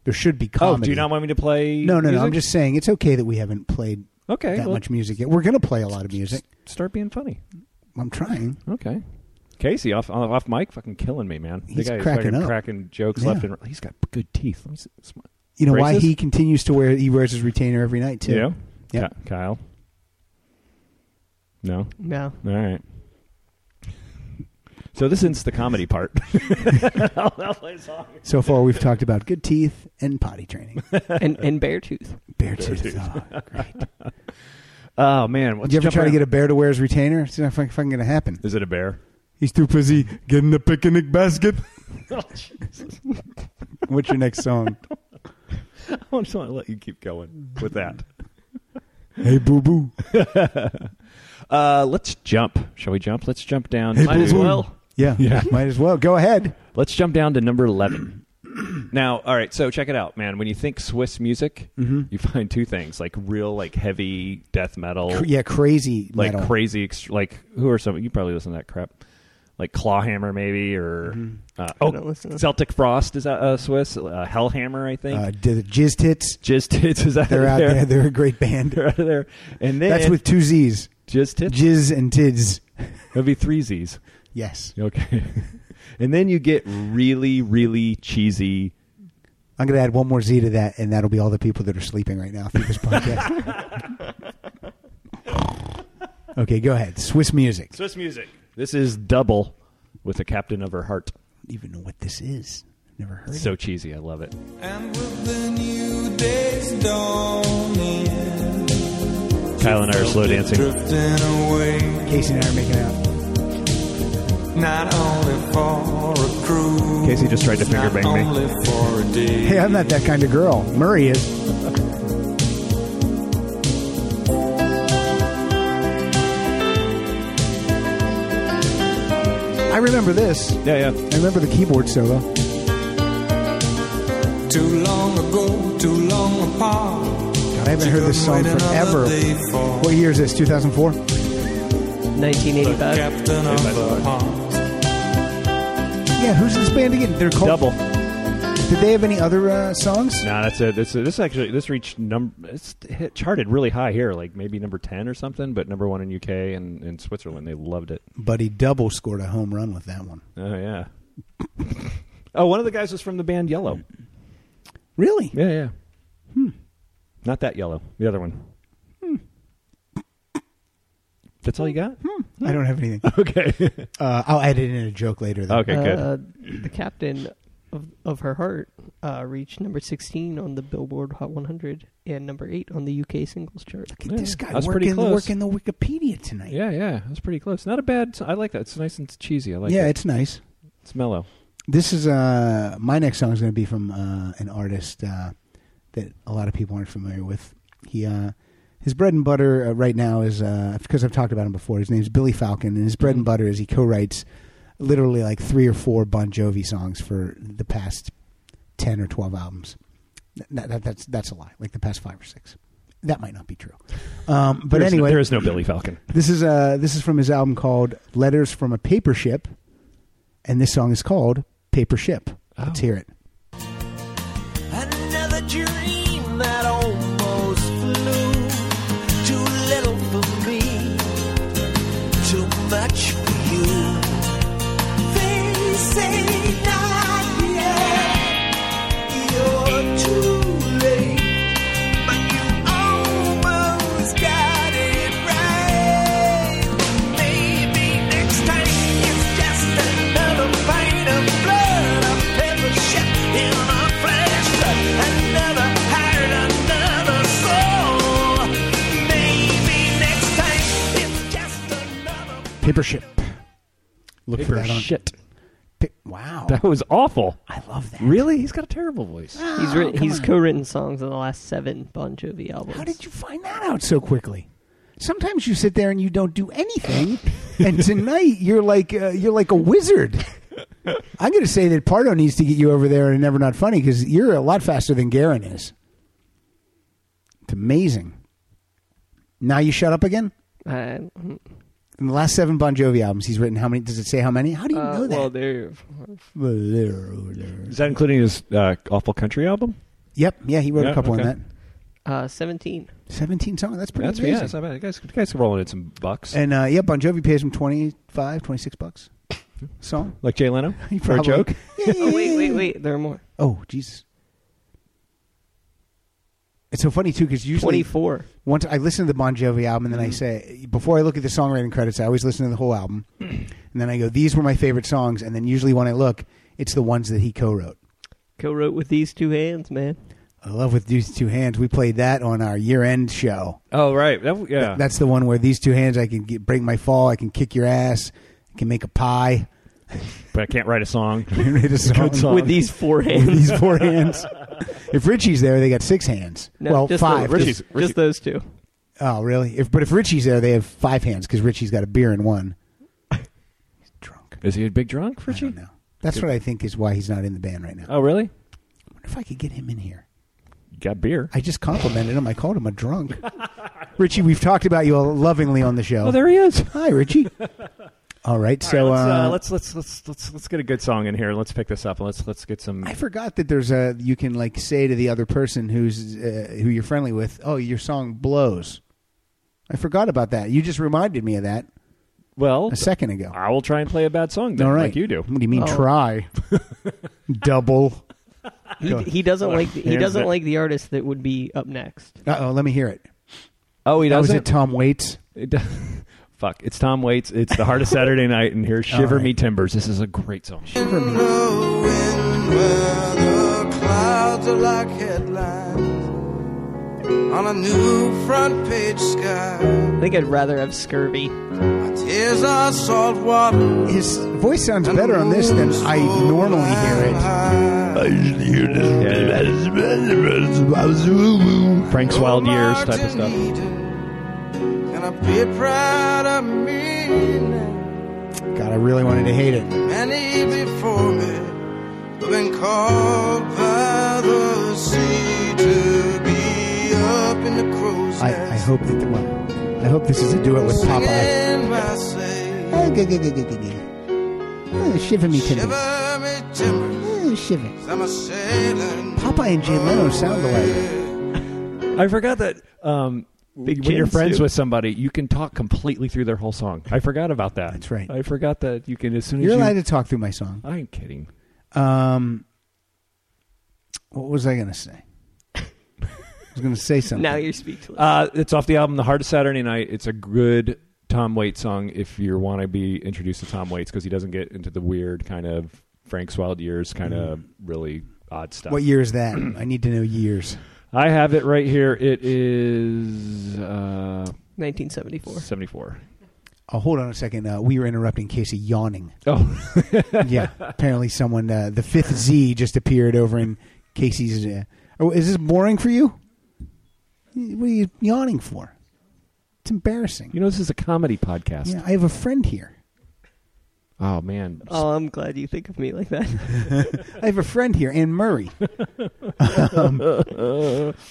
There should be
Oh,
comedy.
do you not want me to play?
no, no, no.
music?
I'm just saying it's okay that we haven't played
okay.
that
well,
much music yet. We're going to play a lot of music.
Start being funny.
I'm trying.
Okay. Casey off off off mic, fucking killing me, man.
He's
the guy is
cracking
fucking
up.
cracking jokes
Yeah.
left and right. He's got good teeth. Let me see. this one.
You know why
Racist?
he continues to wear he wears his retainer every night too.
You know?
Yeah.
Ki- Kyle. No.
No.
All right. So this ends the comedy part.
So far, we've talked about good teeth and potty training.
and, and bear tooth.
Bear tooth. Oh, great.
Oh man, what's
Did you ever try to get a bear to wear his retainer? It's not fucking, fucking going to happen.
Is it a bear?
He's too busy getting the picnic basket. What's your next song?
I just want to let you keep going with that.
Hey, boo boo.
Uh, let's jump. Shall we jump? Let's jump down.
Hey,
Might
to,
as well.
Yeah,
Yeah.
Might as well go ahead.
Let's jump down to number eleven. now, all right. So check it out, man. When you think Swiss music,
Mm-hmm.
you find two things like real, like heavy death metal,
Cr- yeah, crazy
like
metal.
crazy, ext- like who are some? You probably listen to that crap. Like Clawhammer, maybe, or
Mm-hmm.
uh,
don't
oh,
listen to-
Celtic Frost is that uh, Swiss? Uh, Hellhammer, I think.
Uh, the Jizz Tits.
Jizz Tits is out
They're
of
out
there.
there. They're a great band.
They're out of there. And then
That's with two Z's.
Jizz Tits.
Jizz and Tids.
That'd be three Z's.
Yes.
Okay. and then you get really, really cheesy.
I'm going to add one more Z to that, and that'll be all the people that are sleeping right now through this podcast. okay, go ahead. Swiss music.
Swiss music. This is double with the captain of her heart.
even know what this is. Never heard.
So cheesy. I love it.
And with the new day's dawning,
Kyle and I are slow dancing.
drifting away,
Casey and I are making out.
not only for a cruise,
Casey just tried to finger
not
bang me.
only for a day.
Hey, I'm not that kind of girl. Murray is. I remember this.
Yeah, yeah.
I remember the keyboard solo.
Too long ago, too long apart.
God, I haven't heard this song forever. What year is this? 2004.
1985.
Captain of the
Yeah, who's this band again? They're called.
Double.
Did they have any other uh, songs?
No, that's it. This this actually this reached number. It's hit, charted really high here, like maybe number ten or something, but number one in UK and in Switzerland. They loved it.
Buddy Double scored a home run with that one.
Oh yeah. oh, one of the guys was from the band Yellow.
Really?
Yeah, yeah. Hmm. Not that yellow. The other one.
Hmm.
That's all you got?
I don't have anything.
Okay.
Uh, I'll add it in a joke later. Though.
okay, good.
Uh, the captain of, of her heart uh, reached number 16 on the Billboard Hot 100 and number 8 on the UK singles chart.
Look at this guy
I was pretty
working,
close.
working the Wikipedia tonight.
yeah, yeah. That's pretty close. Not a bad. I like that. It's nice and cheesy. I like
yeah,
it.
it's nice.
It's mellow.
This is uh, my next song is going to be from uh, an artist uh, that a lot of people aren't familiar with. He uh, his bread and butter uh, right now is uh, because I've talked about him before. His name's Billy Falcon, and his bread and butter is he co-writes literally like three or four Bon Jovi songs for the past ten or twelve albums. That, that, that's that's a lie. Like the past five or six. That might not be true. Um, but
There is no-
anyway,
there is no Billy Falcon.
This is uh this is from his album called Letters from a Paper Ship, and this song is called Paper Ship.
Oh.
Let's hear it.
Another dream that almost flew. Too little for me, too much for you. They say not yet. You're too late, but you almost got it right. Maybe next time it's just another pint of blood, a paper ship in a flesh, another heart, another soul. Maybe next time it's just another.
Paper Ship. Look for
Paper
that on.
shit.
Pa- wow,
That was awful.
I love that.
Really? He's got a terrible voice.
He's written, he's co-written songs on the last seven Bon Jovi albums.
Ah, How did you find that out so quickly? Sometimes you sit there and you don't do anything, and tonight you're like uh, you're like a wizard. I'm going to say that Pardo needs to get you over there and never not funny because you're a lot faster than Garin is. It's amazing. Now you shut up again.
Uh,
In the last seven Bon Jovi albums, he's written how many? Does it say how many? How do you
uh,
know
well,
that?
there.
Is that including his uh, awful country album?
yep, yeah, he wrote
Yeah,
a couple in
okay.
that.
Uh, 17.
Seventeen songs. That's pretty
That's
amazing.
yeah. That's not bad. The guys, the guys are rolling in some bucks.
And uh, yeah, Bon Jovi pays him 25, 26 bucks. Song
like Jay Leno for a
probably-
joke.
oh, wait, wait, wait. There are more.
Oh Jesus! It's so funny too because usually
24.
once I listen to the Bon Jovi album and then
Mm.
I say before I look at the songwriting credits, I always listen to the whole album, and then I go, "These were my favorite songs," and then usually when I look, it's the ones that he co-wrote.
Co-wrote with these two hands, man.
I love with these two hands. We played that on our year-end show.
Oh right. That, yeah.
That's the one where these two hands, I can get, break my fall, I can kick your ass, I can make a pie.
but I can't write a song.
It is a song.
song.
With these four
With
hands.
these four hands. If Richie's there, they got six hands.
No,
well,
just
five.
Those,
Richie's-
just, just those two.
Oh, really? If but if Richie's there, they have five hands because Richie's got a beer in one. He's drunk.
Is he a big drunk,
I
Richie?
don't know. That's what I think is why he's not in the band right now. I
Oh, really?
wonder if I could get him in here.
You got beer.
I just complimented him. I called him a drunk. Richie, we've talked about you all lovingly on the show.
Oh, there he is.
Hi, Richie. all right, so
let's,
uh,
uh, let's let's let's let's let's get a good song in here. Let's pick this up and let's let's get some.
I forgot that there's a you can like say to the other person who's uh, who you're friendly with, "Oh, your song blows." I forgot about that. You just reminded me of that
Well,
a second ago.
I will try and play a bad song then,
All right,
Ah, like you do.
What do you mean
Oh.
try? Double.
He, he doesn't like the, he
Here's
doesn't
the-
like the artist that would be up next.
Uh oh, let me hear it.
Oh, he
That was it. Tom Waits.
It does. Fuck! It's Tom Waits. It's the heart of Saturday Night, and here's
All
"Shiver
right.
Me Timbers." This is a great song.
For me.
wind where the clouds are like headlines on a new front page sky.
I think I'd rather have scurvy.
My tears are salt water.
His voice sounds better on this than I normally hear
Frank's Wild Years type of stuff.
And I be proud of me now.
it. God, I really wanted to hate it.
Many before me have been called by the sea to be up in the crow's
I, I hope that the well, I hope this is a duet with Popeye.
Singing my say,
Oh, good, good, good, good, good, good. Oh, shiver me timbers.
shiver me timbers,
Oh, shiver.
I'm a sailing.
Popeye and Jay Leno sound alike.
I forgot that um, when you're
chin
friends
soup.
with somebody, you can talk completely through their whole song. I forgot about that.
That's right.
I forgot that you can as soon as
You're
you.
allowed to talk through my song.
I'm kidding.
Um, what was I going to say? I was going to say something.
Now you're speechless.
Uh, it's off the album "The Heart of Saturday Night." It's a good Tom Waits song if you want to be introduced to Tom Waits because he doesn't get into the weird kind of Frank's Wild Years kind of really odd stuff.
Mm-hmm. what year is that? I need to know years.
I have it right here. It is uh,
1974.
74.
Oh, hold on a second. Uh, we were interrupting Casey yawning.
Oh,
yeah. Apparently, someone uh, the fifth Z just appeared over in Casey's. Uh, oh, is this boring for you? What are you yawning for? It's embarrassing.
you know this is a comedy podcast.
yeah, I have a friend here.
Oh man,
Oh, I'm glad you think of me like that.
I have a friend here, Anne Murray. Um,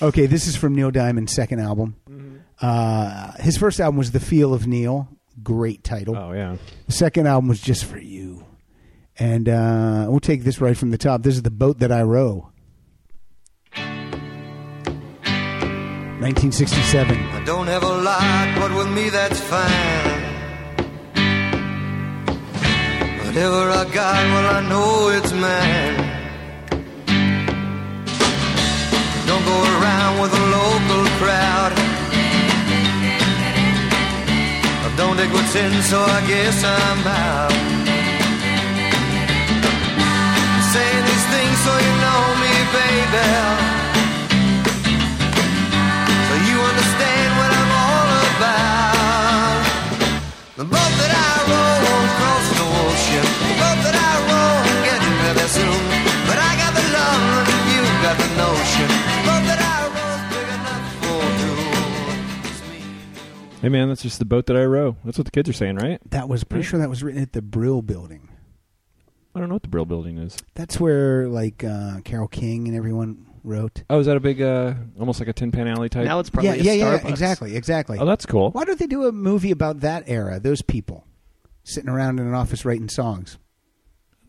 okay, this is from Neil Diamond's second album. Uh, his first album was The Feel of Neil. Great title.
Oh yeah.
The second album was Just for You. And uh, we'll take this right from the top. This is The Boat That I Row. 1967.
I don't have a lot, but with me that's fine. Whatever I got, well, I know it's mine. Don't go around with a local crowd. I don't dig what's in, so I guess I'm out. I'm saying these things so you know me, baby. So you understand what I'm all about. The boat that I row across the ocean, the boat that I row getting better soon. But I got the love and you got the notion. The boat that I row's big enough for two. It's me and you.
Hey man, that's just the boat that I row. That's what the kids are saying, right?
That was pretty sure that was written at the Brill Building.
I don't know what the Brill Building is.
That's where like uh, Carol King and everyone wrote.
Oh, is that a big, uh, almost like a Tin Pan Alley type?
now it's probably
yeah,
a
yeah, yeah,
Starbucks.
exactly, exactly.
oh, that's cool.
Why don't they do a movie about that era? Those people sitting around in an office writing songs.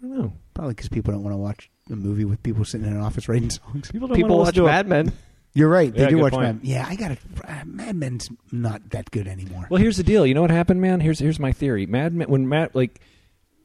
I don't know.
Probably because people don't want to watch a movie with people sitting in an office writing songs.
People don't
People
wanna
watch
listen to a-
Mad Men.
You're right. They
Yeah,
do
good
watch
point.
Mad. Yeah, I got to Mad Men's not that good anymore.
Well, here's the deal. You know what happened, man? Here's here's my theory. Mad Men, when Matt like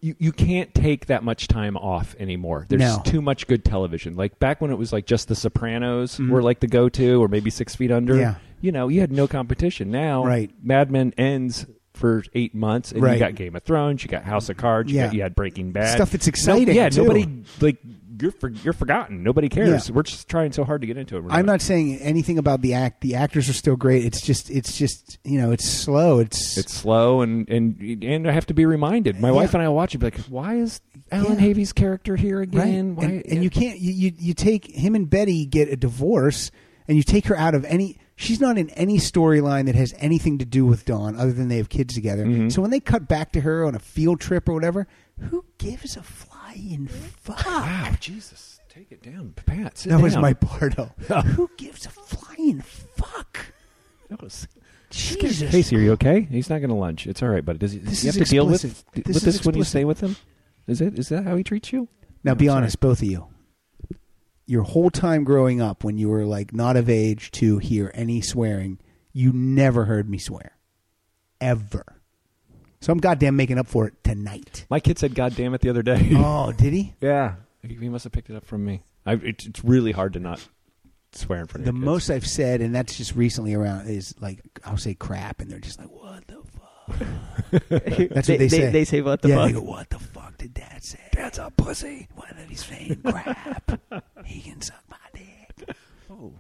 you, you can't take that much time off anymore. There's
No.
too much good television. Like back when it was like just The Sopranos were like the go to, or maybe Six Feet Under.
Mm-hmm. Yeah.
You know, you had no competition. Now,
Right.
Mad Men ends for eight months, and
Right.
you got Game of Thrones, you got House of Cards, you,
Yeah.
got, you had Breaking Bad,
Stuff that's exciting,
No- yeah,
too.
nobody like you're for, you're forgotten. Nobody cares.
Yeah.
We're just trying so hard to get into it. We're
I'm not saying anything about the act. The actors are still great. It's just, it's just, you know, it's slow. It's,
It's slow, and and and I have to be reminded. My wife
Yeah.
and I watch it, be like, why is Alan
Yeah.
Havey's character here
right.
again? Why?
and, and you can't. You, you you take him and Betty get a divorce, and you take her out of any. she's not in any storyline that has anything to do with Dawn other than they have kids together. So when they cut back to her on a field trip or whatever, who gives a flying fuck?
Wow, Jesus, take it down, Pat. Sit
That was
down.
my Bardo. Who gives a flying fuck?
That was-
Jesus.
Casey, are you okay? He's not going to lunch. It's all right, but does he,
This
you
is
have to deal with,
explicit.
with
This
this
is
when you
explicit.
stay with him? Is it is that how he treats you?
Now, be
I'm sorry.
honest, both of you. Your whole time growing up, when you were like not of age to hear any swearing, you never heard me swear, ever. So I'm goddamn making up for it tonight.
My kid said, "God damn it!" the other day.
oh, did he?
Yeah, he, he must have picked it up from me. I, it, it's really hard to not swear in front
The
of your kids.
most I've said, and that's just recently around, is like I'll say crap, and they're just like, "What the fuck?" That's what they, say.
They, say what the
yeah,
fuck.
They go, what the fuck did Dad say? Dad's a pussy. Why did he say crap? he can suck my dick. Oh,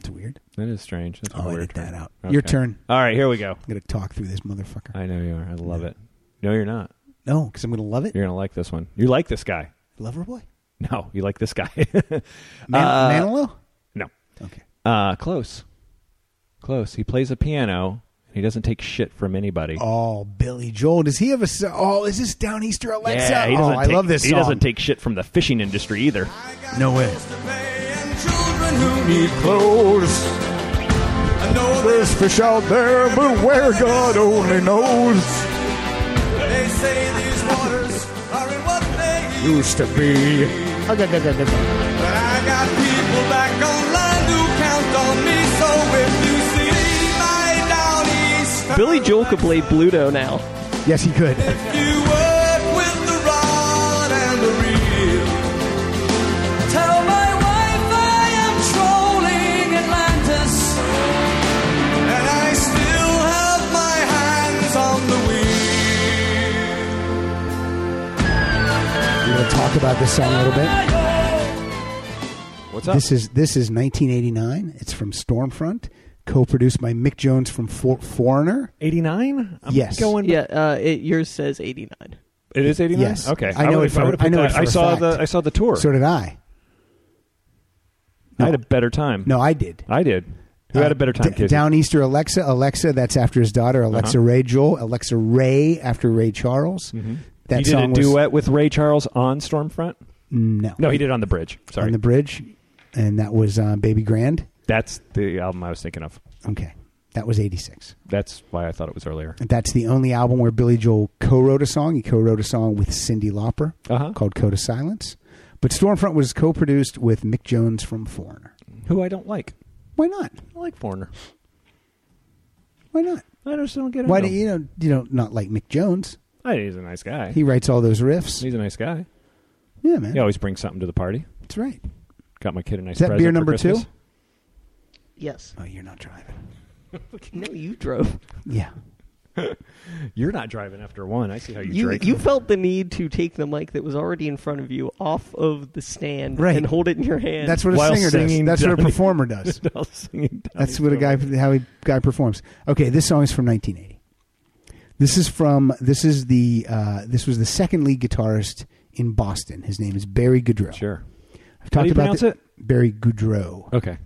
it's weird.
That is strange. That's a
I'll
weird
Oh, edit that
word.
out. Your
Okay.
turn.
All right, here we go.
I'm gonna talk through this motherfucker.
I know you are. I love it. No, you're not.
No, because I'm gonna love it.
You're gonna like this one. You like this guy?
Lover boy.
No, you like this guy?
Man-
Uh,
Manilow.
no.
Okay.
Uh, close. Close. He plays a piano. and He doesn't take shit from anybody.
Oh, Billy Joel. Does he have a? s- Oh, is this Down Easter Alexa?
yeah, he
oh,
doesn't
I
take-
love this.
He
song.
doesn't take shit from the fishing industry either.
No way.
And children who need clothes. I know there's fish out there, but where God only knows. They say these waters are in what they used to be.
Oh,
But I got people back online who count on me, so if you see my down east,
Billy Joel could play Bluto now.
Yes, he could.
if you work with the rod and the reel. Tell my wife I am trolling Atlantis, and I still have my hands on the wheel.
We're gonna talk about this song a little bit.
What's up?
This is this is 1989. It's from Stormfront, co-produced by Mick Jones from For- Foreigner.
89? I'm
Yes.
Going,
Yeah, uh, it, yours says 89.
It is 89?
Yes.
Okay.
I know
would've-
it for-
would've
I
put
know it
that-
for
I
a
saw
fact.
the I saw the tour.
So did I.
I had a better time.
No, I did. Uh,
I did. Who had a better time,
D-
Casey? Uh-huh.
Down Easter Alexa. Alexa, that's after his daughter. Alexa Ray Joel. Alexa Ray after Ray Charles. That
He Mm-hmm. did a
song was
duet with Ray Charles on Stormfront?
no,
No, he did on the bridge. Sorry.
on the bridge, and that was uh, Baby Grand.
That's the album I was thinking of.
Okay, that was '86.
That's why I thought it was earlier.
And That's the only album where Billy Joel co-wrote a song. He co-wrote a song with Cindy Lauper
Uh-huh.
called "Code of Silence." But Stormfront was co-produced with Mick Jones from Foreigner.
Who I don't like.
Why not?
I like Foreigner.
Why not?
I just don't get
Why
into
do you know you don't not like Mick Jones?
him. I, he's a nice guy.
He writes all those riffs.
he's a nice guy.
Yeah, man,
He always brings something to the party.
that's right.
Got my kid a nice
Is that
present
beer
for
number two?
Christmas.
Yes.
Oh, you're not driving.
No, you drove.
Yeah.
You're not driving after one. I see how you,
You,
drink.
you felt the need to take the mic that was already in front of you off of the stand
Right.
and hold it in your hand.
That's what a
While
singer does.
singing
That's what a
Johnny-
performer does.
I'll sing it down.
That's what a guy how a guy performs. Okay, this song is from 1980. This is from this is the uh, this was the second lead guitarist in Boston. His name is Barry Goodrow.
Sure.
I've
How do you
about
pronounce
thi-
it?
Barry Goodrow.
Okay.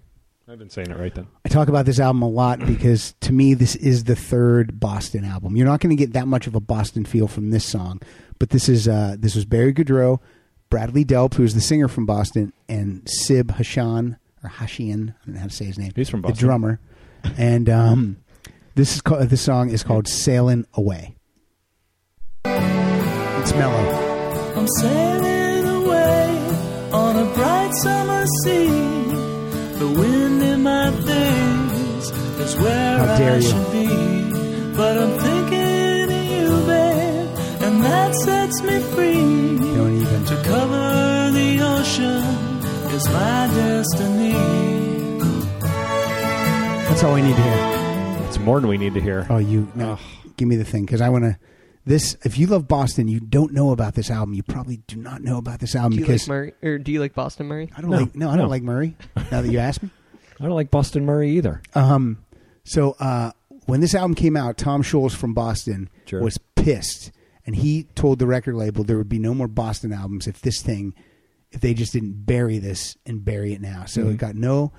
I've been saying it right then.
I talk about this album a lot because to me this is the third Boston album. You're not going to get that much of a Boston feel from this song, but this is uh, this was Barry Goodrow, Bradley Delp, who's the singer from Boston, and Sib Hashan or Hashian, I don't know how to say his name.
He's from
The
Boston.
drummer, and um, this is called, this song is called "Sailing Away." It's mellow.
I'm sailing away on a bright summer sea. The wind in my face is where
How dare
I
you.
should be. But I'm thinking of you, babe, and that sets me free.
Don't even.
To cover the ocean is my destiny.
That's all we need to hear.
It's more than we need to hear.
Oh, you no, give me the thing because I want to. This, if you love Boston, you don't know about this album. You probably do not know about this album
do you
because
like Murray, or do you like Boston Murray?
I don't
No,
like no, I don't
no.
like Murray. Now that you ask me,
I don't like Boston Murray either.
um, so uh, when this album came out, Tom Scholz from Boston
Sure.
was pissed, and he told the record label there would be no more Boston albums if this thing, if they just didn't bury this and bury it now. So it got no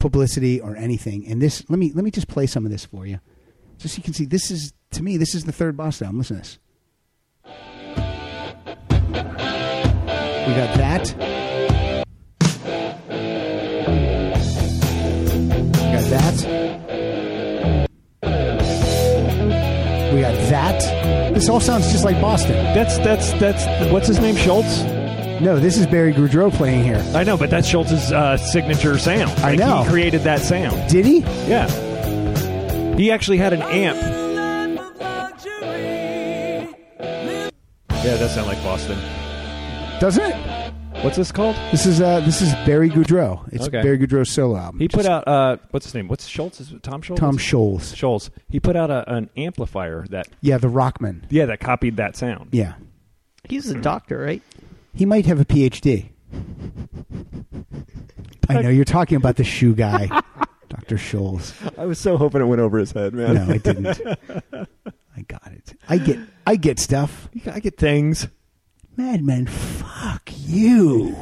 publicity or anything. And this, let me let me just play some of this for you, just so you can see. This is to me, this is the third Boss album. Listen to this. We got that. We got that. We got that. This all sounds just like Boston.
That's that's that's what's his name Schultz.
No, this is Barry Goudreau playing here.
I know, but that's Schultz's uh, signature sound.
I
Like,
know.
he created that sound.
Did he?
Yeah, he actually had an amp. Yeah, that sound like Boston.
Doesn't it?
What's this called?
This is uh, this is Barry Goudreau. It's
Okay.
Barry Goudreau's solo album.
He put
Just
out uh, what's his name? What's Schultz? Is it Tom Schultz?
Tom Scholes.
Schultz. He put out a, an amplifier that
Yeah, the Rockman.
yeah that copied that sound.
Yeah,
He's a doctor, right?
he might have a PhD. I know you're talking about the shoe guy, Doctor Scholes.
I was so hoping it went over his head, man.
No, I didn't. I got it. I get I get stuff.
I get things.
Madman, fuck you.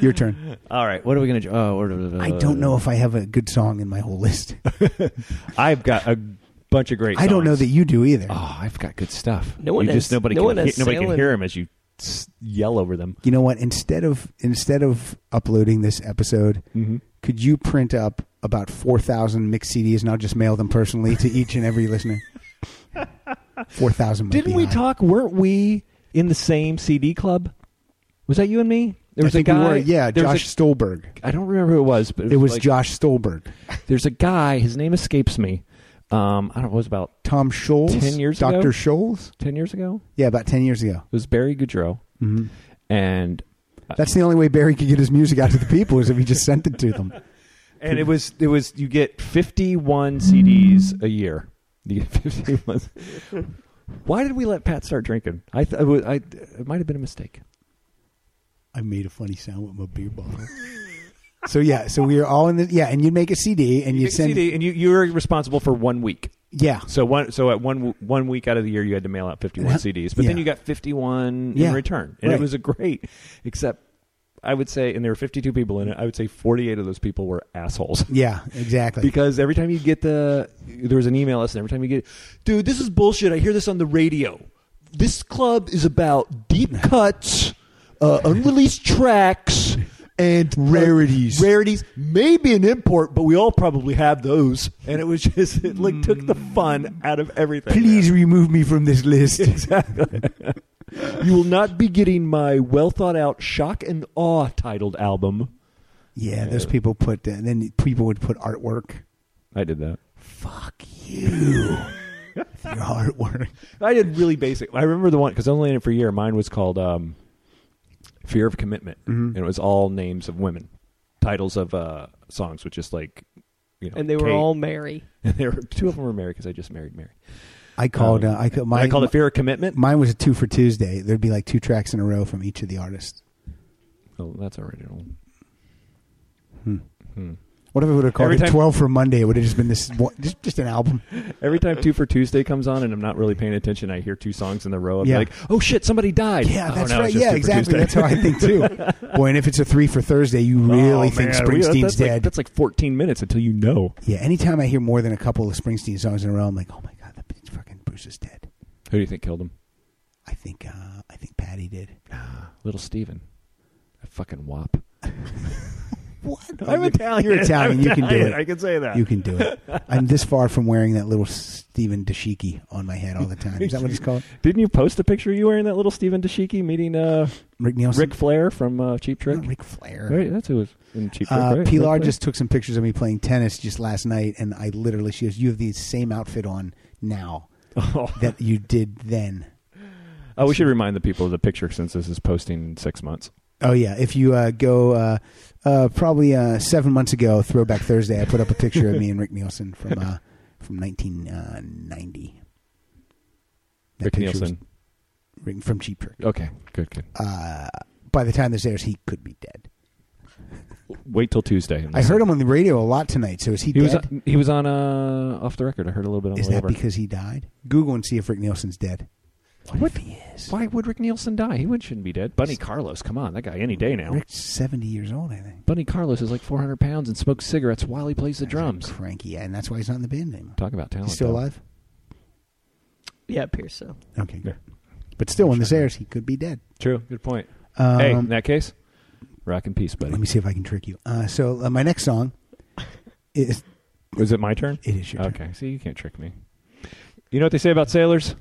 Your turn.
All right, what are we gonna? do? Oh, or-
I don't know if I have a good song in my whole list.
I've got a bunch of great.
I don't know
songs.
that you do either.
Oh, I've got good stuff.
No one
you just
has-
nobody
no
can
one has
hear, nobody can
Sailing-
hear him as you s- yell over them.
You know what? Instead of instead of uploading this episode,
Mm-hmm.
could you print up about four thousand mixed CDs and I'll just mail them personally to each and every listener? Four thousand.
Didn't we talk? Weren't we in the same CD club? Was that you and me? There
I
was
think
a
we
guy.
were. Yeah,
there was
Josh Stolberg.
A, I don't remember who it was, but it was,
It was
like-
Josh Stolberg.
There's a guy. His name escapes me. Um, I don't. know, It was about
Tom Scholes.
10 years
Dr.
ago?
Scholes?
ten years ago.
Yeah, about 10 years ago. Mm-hmm.
It was Barry Goudreau, and
That's the only way Barry could get his music out to the people is if he just sent it to them.
and it was it was you get 51 CDs a year. You get 51. Why did we let Pat start drinking? I, th- I, wa- I it might have been a mistake.
I made a funny sound with my beer bottle. so, yeah, so we were all in the. Yeah, and you'd make a CD and you'd
Big
send.
CD, and you you were responsible for one week.
Yeah.
So one so at one w- one week out of the year you had to mail out 51 CDs, but then
Yeah.
you got 51
Yeah.
in return, and
Right.
it was a great. Except I would say, and there were 52 people in it. I would say 48 of those people were assholes.
Yeah, exactly.
because every time you get the there was an email list and every time you get dude this is bullshit i hear this on the radio this club is about deep cuts uh, unreleased tracks and uh,
Rarities.
rarities maybe an import but we all probably have those and it was just it like took the fun out of everything
Mm. Please remove me from this list.
you will not be getting my well thought out shock and awe titled album
yeah, those people put. Uh, then people would put artwork.
i did that
Fuck you. Your artwork.
I did really basic. I remember the one because I only in it for a year. Mine was called um, "Fear of Commitment,"
Mm-hmm.
and it was all names of women, titles of uh, songs, which is like, you know,
And they were
Kate-
all Mary.
And there were two of them were married because I just married Mary.
I called.
Um,
uh, I, ca- my,
I called it "Fear of Commitment."
Mine was a two for Tuesday. There'd be like two tracks in a row from each of the artists.
oh, that's original.
What if I would have called
Every
it
time- Oh,
12 for Monday? It would have just been this one, just, just an album.
Every time Two for Tuesday comes on, and I'm not really paying attention, I hear two songs in a row. I'm
Yeah.
like, "Oh shit, somebody died!"
Yeah,
Oh,
that's
no, it's
right.
just
Yeah,
Two for
exactly.
Tuesday.
That's how I think too. Boy, and if it's a three for Thursday, you really
Oh,
think
man, we-
Springsteen's
that's Like,
dead.
that's like 14 minutes until you know.
yeah, anytime I hear more than a couple of Springsteen songs in a row, I'm like, oh my God, that bitch fucking Bruce is dead.
Who do you think killed him?
I think, uh, I think Patty did.
Little Steven. A fucking wop.
What?
I'm Italian.
You're Italian.
I'm
you can do
Italian.
it.
I can say that.
You can do it. I'm this far from wearing that little Stephen Dashiki on my head all the time. Is that what it's called?
Didn't you post a picture of you wearing that little Stephen Dashiki meeting uh,
Rick Nielsen?
Rick Flair from uh, Cheap Trick?
Not Rick Flair.
Right, that's who was in Cheap
Uh,
Trick. Right?
Pilar
Ric Flair?
just took some pictures of me playing tennis just last night, and I literally she goes, "You have the same outfit on now
Oh,
that you did then."
oh, we should remind the people of the picture since this is posting in six months.
Oh yeah, if you uh, go uh, uh, probably uh, seven months ago, Throwback Thursday, I put up a picture of me and Rick Nielsen from uh, from nineteen ninety.
Rick Nielsen.
Rick from Cheap Trick.
Okay, good, good.
Uh, by the time this airs, he could be dead.
Wait till Tuesday. and
I heard
listen.
him on the radio a lot tonight. So is he,
He was
dead?
on, he was on uh, off the record. I heard a little bit on
is
the way
that
over.
because he died? Google and see if Rick Nielsen's dead. What if he is?
Why would Rick Nielsen die? He would, shouldn't be dead. Bunny Carlos, come on, that guy any day now.
Rick's seventy years old, I think.
Bunny Carlos is like 400 pounds and smokes cigarettes while he plays the drums.
Cranky, and that's why he's not in the band anymore.
Talk about talent.
He's still
though.
alive.
Yeah, it appears so.
Okay, good.
Yeah.
But still, when this airs, he could be dead.
True. Good point.
Um,
hey, in that case, rock in peace, buddy.
let me see if I can trick you. Uh, so uh, my next song is
Is it my turn?
it is your turn.
Okay. See, you can't trick me. You know what they say about sailors?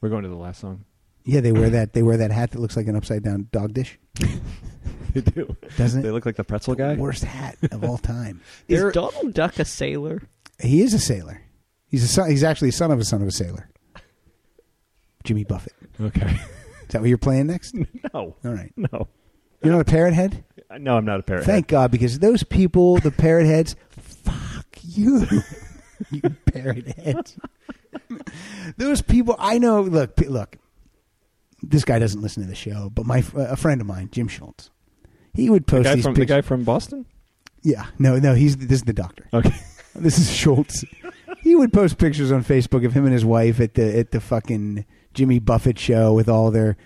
We're going to the last song.
Yeah, they wear that. They wear that hat that looks like an upside down dog dish,
they do.
doesn't
They
it?
look like the pretzel guy.
Worst hat of all time.
Is
There-
Donald Duck a sailor?
He is a sailor. He's a son, he's actually a son of a son of a sailor. Jimmy Buffett.
Okay.
Is that what you're playing next?
no.
All right.
No.
You're not a parrot head?
No, I'm not a parrot.
Thank God, because those people, the parrot heads, fuck you. you parrot heads. those people, I know, look, p- look, this guy doesn't listen to the show, but my f- a friend of mine, Jim Schultz, he would
The
post
guy
these
from the
pictures.
guy from Boston.
Yeah, no, no, he's this is the doctor.
Okay.
This is Schultz. he would post pictures on Facebook of him and his wife at the at the fucking Jimmy Buffett show with all their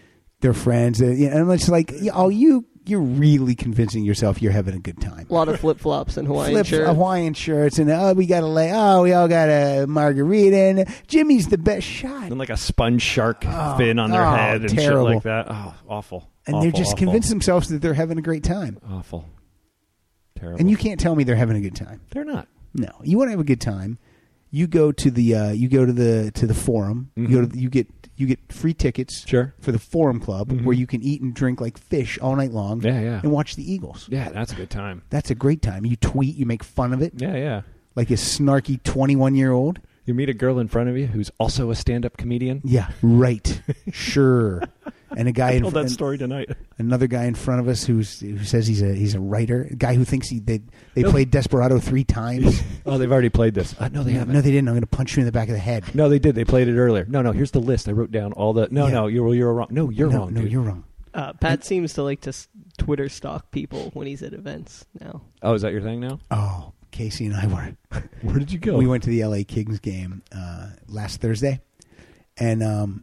their friends. And you know, and I'm just like, yeah, oh, you you're really convincing yourself you're having a good time.
A lot of flip flops and Hawaiian
Flip
shirt.
Hawaiian shirts and oh, we got to lay. Oh, we all got a margarita. And Jimmy's the best shot.
And like a sponge shark
Oh,
fin on their
oh,
head and
terrible.
shit like that. Oh, awful.
And
Awful,
they're just
awful.
convincing themselves that they're having a great time.
Awful. Terrible.
And you can't tell me they're having a good time.
They're not.
No, you want to have a good time. You go to the uh, you go to the to the forum. You go to you get you get free tickets
Mm-hmm. Sure.
for the Forum Club
Mhm.
where you can eat and drink like fish all night long.
Yeah, yeah.
and watch the Eagles.
Yeah, that's a good time.
That's a great time. You tweet, you make fun of it
Yeah, yeah.
like a snarky twenty-one year old.
You meet a girl in front of you who's also a stand-up comedian.
Yeah, right. sure. And a guy in
Told
fr-
that
and
story tonight.
another guy in front of us who's who says he's a he's a writer. A guy who thinks he they they
No.
played Desperado three times.
Oh, they've already played this. Uh, no, they haven't.
no, they didn't. I'm going to punch you in the back of the head.
No, they did. They played it earlier. No, no. Here's the list. I wrote down all the. No,
Yeah.
no. You're you're wrong. No, you're
no,
wrong.
No,
dude.
you're wrong.
Uh, Pat seems to like to s- Twitter stalk people when he's at events now.
Oh, is that your thing now?
Oh, Casey and I were.
Where did you go?
We went to the LA Kings game uh, last Thursday, and um,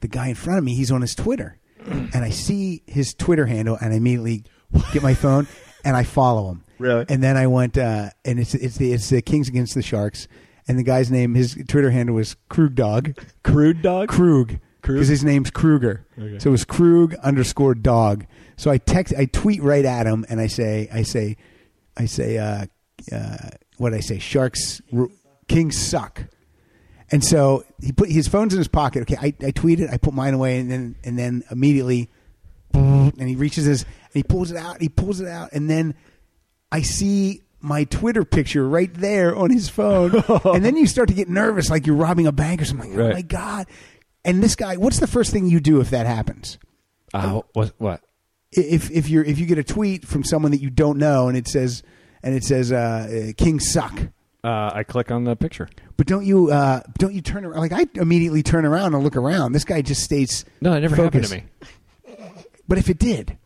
the guy in front of me, he's on his Twitter, and I see his Twitter handle, and I immediately get my phone and I follow him.
Really?
And then I went, uh, and it's it's the it's the Kings against the Sharks, and the guy's name, his Twitter handle was Krug Dog,
Crude dog.
Krug.
Krug?
Because his name's Kruger,
Okay.
so it was Krug underscore dog. So I text, I tweet right at him, and I say, I say, I say, uh, uh, what did I say? Sharks, r- kings suck. And so he put his phone's in his pocket. Okay, I, I tweeted, I put mine away, and then and then immediately, and he reaches his, and he pulls it out, he pulls it out, and then I see my Twitter picture right there on his phone, and then you start to get nervous, like you're robbing a bank or something. Like, Oh
Right.
my god! And this guy, what's the first thing you do if that happens?
Uh, what? What?
if if you're if you get a tweet from someone that you don't know and it says and it says uh, uh, kings suck
Uh, I click on the picture.
but don't you uh, don't you turn around like i immediately turn around and look around this guy just stays
No, it never
focused.
happened to me.
but if it did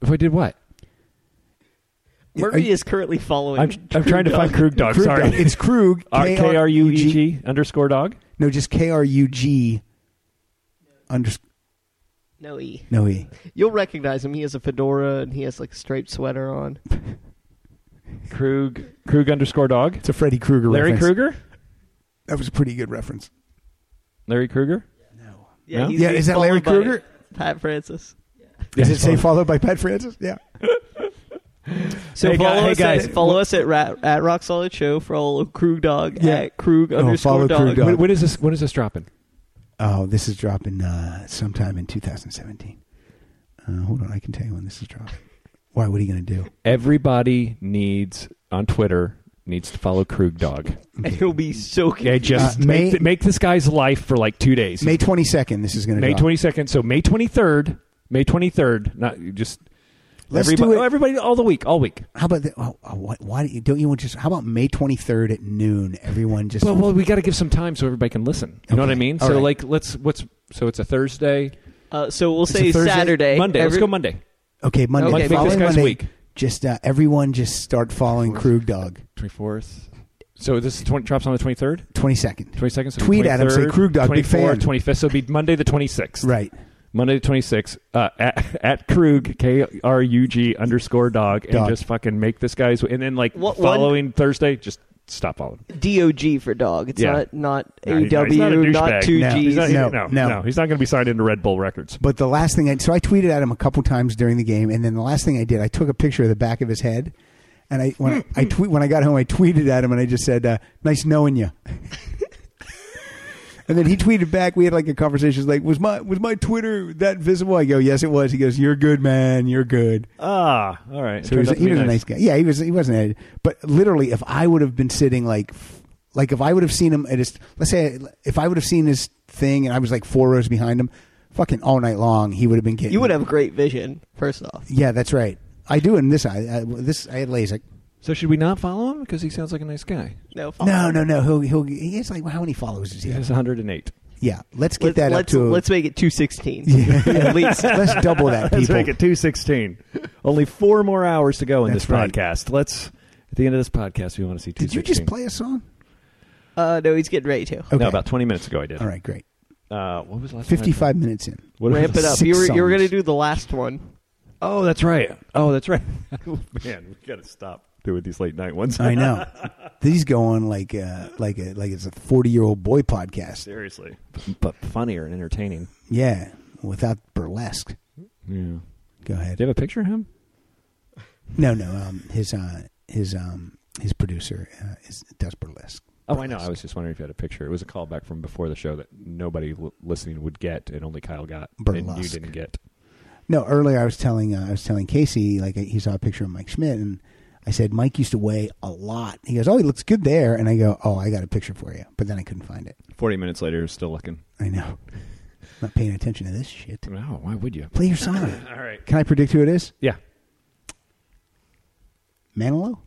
If I did what?
Murray
are you-
is currently following.
I'm I'm trying to find Krug dog.
Krug-
sorry.
it's krug
R- K R U E G underscore dog.
no just k-r-u-g underscore
No E.
no e
You'll recognize him. He has a fedora and he has like a striped sweater on.
Krug Krug underscore dog.
it's a freddy krueger
Larry
reference.
Kruger.
that was a pretty good reference
Larry Kruger. Yeah?
he's
Yeah,
being
is that Larry
followed by
Kruger?
Pat Francis.
does it say followed by pat francis yeah
So
Hey, guy-
follow
hey,
us
guys.
at follow us at, ra- at Rock Solid Show for all of Krug Dog
Yeah.
at Krug
Oh, follow
underscore
Krug
dog.
Dog.
When, when is this? When is this dropping?
oh this is dropping uh, sometime in 2017 uh, hold on i can tell you when this is dropping why what are you going to do
Everybody needs on Twitter needs to follow Krug dog.
And he'll be so
Okay,
confused.
just
Uh,
make,
May-
th- make this guy's life for like two days.
May twenty second. This is going to
May twenty second. So May twenty third. May twenty third. Not you just.
Let's
everybody, oh,
do it.
everybody all the week, all week.
How about the, oh, oh, why, why don't you, don't you want just? How about May twenty third at noon? Everyone just
Well, well, we got to give some time so everybody can listen. You know what I
Okay.
mean?
All
so
right.
like, let's what's so it's a Thursday,
Uh, so we'll
a
say
Thursday?
Saturday,
Monday. let's
Every-
go Monday.
okay Monday.
Okay,
the
make this
following
guy's
Monday,
week.
Just uh, everyone just start following Krug Dog.
Twenty fourth. So this is 20, drops on the 23rd,
22nd.
22nd. So
Tweet at him, say,
23rd,
"Krug Dog, big
24th,
fan."
25th. So it'll be Monday the 26th.
Right.
Monday the 26th. Uh, at, at Krug K R U G underscore dog and
Dog.
just fucking make this guy's and then like
What- one-
following Thursday just stop following.
DOG for dog. It's
Yeah.
not not
No, he's not-
AW,
he's not a
not
douchebag.
two
No.
G's.
He's not,
No,
no,
no.
no, He's not going to be signed into Red Bull Records.
But the last thing I so I tweeted at him a couple times during the game, and then the last thing I did, I took a picture of the back of his head, and I when I, I tweet when I got home, I tweeted at him, and I just said, uh, "Nice knowing you." and then he tweeted back. We had like a conversation. He's like, "Was my was my Twitter that visible?" I go, "Yes, it was." He goes, "You're good, man. You're good."
Ah, all right.
So he was, he was a nice guy. Yeah, he was. He wasn't. A, but literally, if I would have been sitting like, f- like if I would have seen him at his, let's say, if I would have seen his thing and I was like four rows behind him, fucking all night long, he would have been getting.
You would have great vision. First off,
Yeah, that's right. I do in this eye. I, this I had LASIK.
So should we not follow him because he sounds like a nice guy?
no, fuck
No,
that.
no, no. He'll he'll. He has like how many followers does he
He
have?
has 108.
Yeah, let's get
Let's,
that
let's,
up to.
let's make it two sixteen
Yeah.
at least.
let's double that. People.
Let's make it 216. Only four more hours to go in
That's
this
right.
podcast. Let's at the end of this podcast, we want to see. 216.
Did you just play a song?
Uh, no, he's getting ready to.
Okay.
No, about 20 minutes ago I did.
All right, great.
Uh, what was the last? time I-
Fifty-five minutes in.
What was
Ramp
the-
it up.
Six
You were you were
songs.
gonna do the last one.
Oh, that's right. Oh, that's right. Oh, Man, we got to stop doing these late night ones.
I know. These go on like uh, like a, like it's a forty-year-old boy podcast.
Seriously, but funnier and entertaining.
Yeah, without burlesque.
Yeah.
Go ahead.
Do you have a picture of him?
No, no. Um, his uh, his um, his producer uh, is does burlesque.
Oh, I know. I was just wondering if you had a picture. It was a callback from before the show that nobody l- listening would get, and only Kyle got, and you
Burlesque.
didn't get.
No, earlier I was telling uh, I was telling Casey like he saw a picture of Mike Schmidt and I said Mike used to weigh a lot. He goes, "Oh, he looks good there," and I go, "Oh, I got a picture for you," but then I couldn't find it.
Forty minutes later, he was still looking.
I know, not paying attention to this shit.
No, Oh, why would you?
Play your song.
All right.
Can I predict who it is?
Yeah.
Manilow.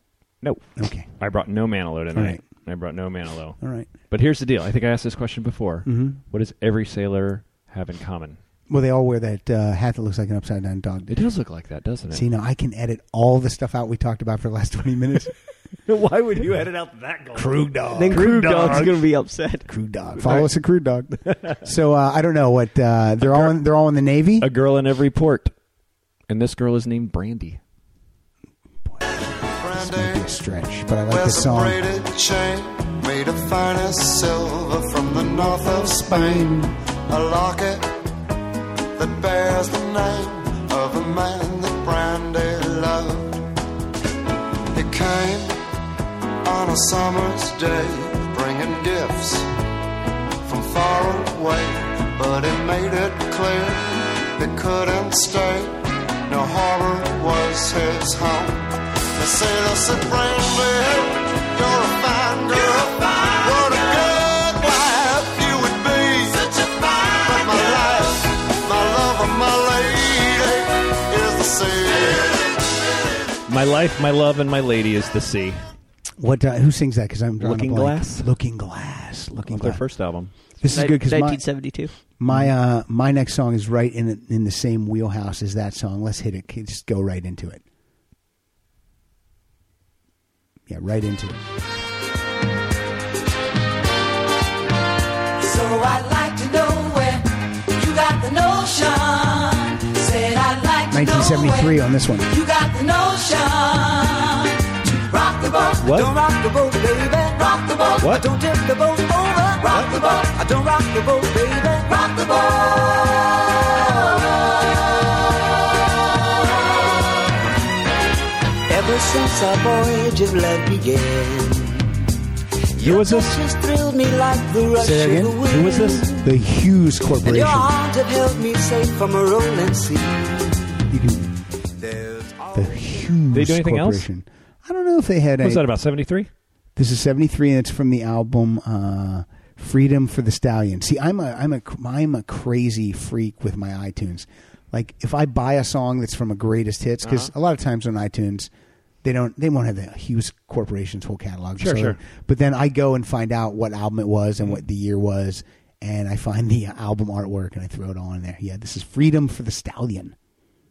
No.
Okay.
I brought no Manilow tonight.
right.
I brought no Manilow.
All right.
But here's the deal. I think I asked this question before.
Mhm.
What does every sailor have in common?
Well, they all wear that uh, hat that looks like an upside down dog.
It does look like that, doesn't it?
See, now I can edit all the stuff out we talked about for the last twenty minutes.
why would you edit out that goal?
Crew dog.
Then Crew Dog's gonna be upset.
Crew dog. Follow us at Crew Dog. so uh, I don't know what uh, they're all. In, they're all in the Navy.
A girl in every port, and this girl is named Brandy.
This might be a stretch, but I like this
Wears a
song.
braided chain made of finest silver from the north of Spain. A locket that bears the name of a man that Brandy loved. He came on a summer's day, bringing gifts from far away, but he made it clear he couldn't stay. No harbor was his home. They say they said, Brandy, you're a fine girl. what a good wife you would be. Such a fine But my life,
My life, my
my love, and my lady is the sea.
love, and my lady is the sea.
What? Uh, who sings that? Because I'm drawing a
Looking
blank.
Glass?
Looking glass. Looking
Off their
glass.
first album.
This is good because my
1972.
my, uh, my next song is right in in the same wheelhouse as that song. Let's hit it. Just go right into it. Yeah, right into it.
So I'd like to know where you got the notion. Said I'd like to know
1973
where
on this one.
you got the notion. to Rock the boat,
What?
don't rock the boat, baby. Rock the boat,
What?
don't tip the boat over. Rock the boat, I don't rock the boat, baby. Rock the boat. Ever since our voyage of love began,
Who was this?
she's thrilled me like the rush
Say that again?
of the wind.
Who was this?
The Hughes
And your
Corporation.
arms have held me safe from a rolling sea.
You can,
There's
the Hughes
They do anything else?
Corporation. I don't know if they had.
What was
a,
that about? Seventy three.
This is 73 and it's from the album uh, Freedom for the Stallion. See, I'm a I'm a I'm a crazy freak with my iTunes. Like if I buy a song that's from a greatest hits
Uh-huh.
because a lot of times on iTunes they don't they won't have the Hughes Corporation's whole catalog.
Sure,
So-
sure.
But then I go and find out what album it was and what the year was and I find the album artwork and I throw it all in there. Yeah, this is Freedom for the Stallion.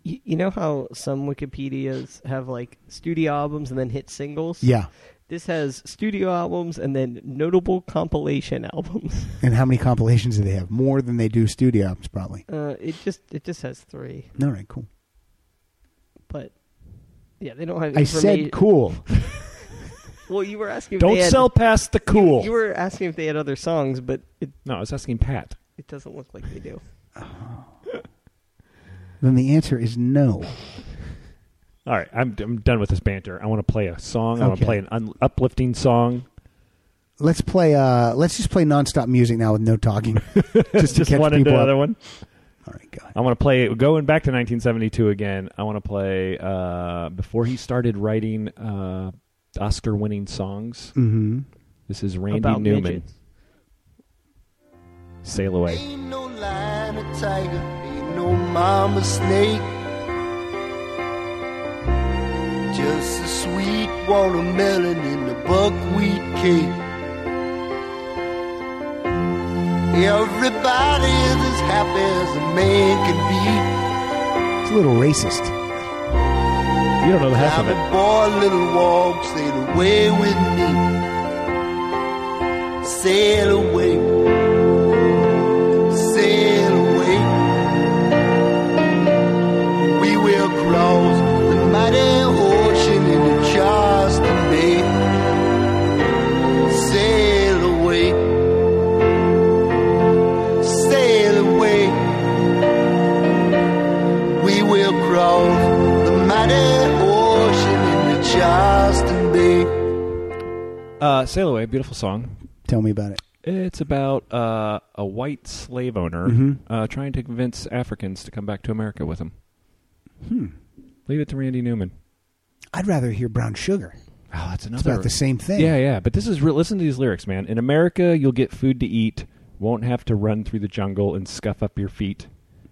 You, you know how some Wikipedia's have like studio albums and then hit singles.
Yeah.
This has studio albums and then notable compilation albums.
And how many compilations do they have? More than they do studio albums, probably.
Uh, it just it just has three,
All right, cool.
but yeah, they don't have.
I said
informa-
cool.
Well, you were asking. If
Don't
they had,
sell past the cool.
You were asking if they had other songs, but it
no, I was asking Pat.
it doesn't look like they do.
then the answer is no.
All right, I'm, I'm done with this banter. I want to play a song. I want
Okay.
to play an un- uplifting song.
Let's play. Uh, let's just play nonstop music now with no talking. just to
Just
catch
one and
people
another
up.
one.
All right, go.
I want to play going back to 1972 again. I want to play uh, before he started writing uh, Oscar-winning songs.
Mm-hmm.
This is Randy
About
Newman.
midgets.
Sail away.
Ain't no lion a tiger, ain't no mama snake. Just a sweet watermelon in a buckwheat cake. Everybody is as happy as a man can be.
It's a little racist.
You don't know the half
Now
of
the
it.
boy little walk, sail away with me. Sail away, sail away. We will cross the mighty ocean in the Charleston Bay. Sail away, sail away. We will cross the mighty ocean in the Charleston Bay.
Uh, Sail away, beautiful song.
Tell me about it.
It's about uh, a white slave owner
Mhm.
uh, trying to convince Africans to come back to America with him.
Hmm.
Leave it to Randy Newman.
I'd rather hear brown sugar.
Oh, that's another.
It's about the same thing.
Yeah, yeah. But this is real. Listen to these lyrics, man. In America, you'll get food to eat, won't have to run through the jungle and scuff up your feet.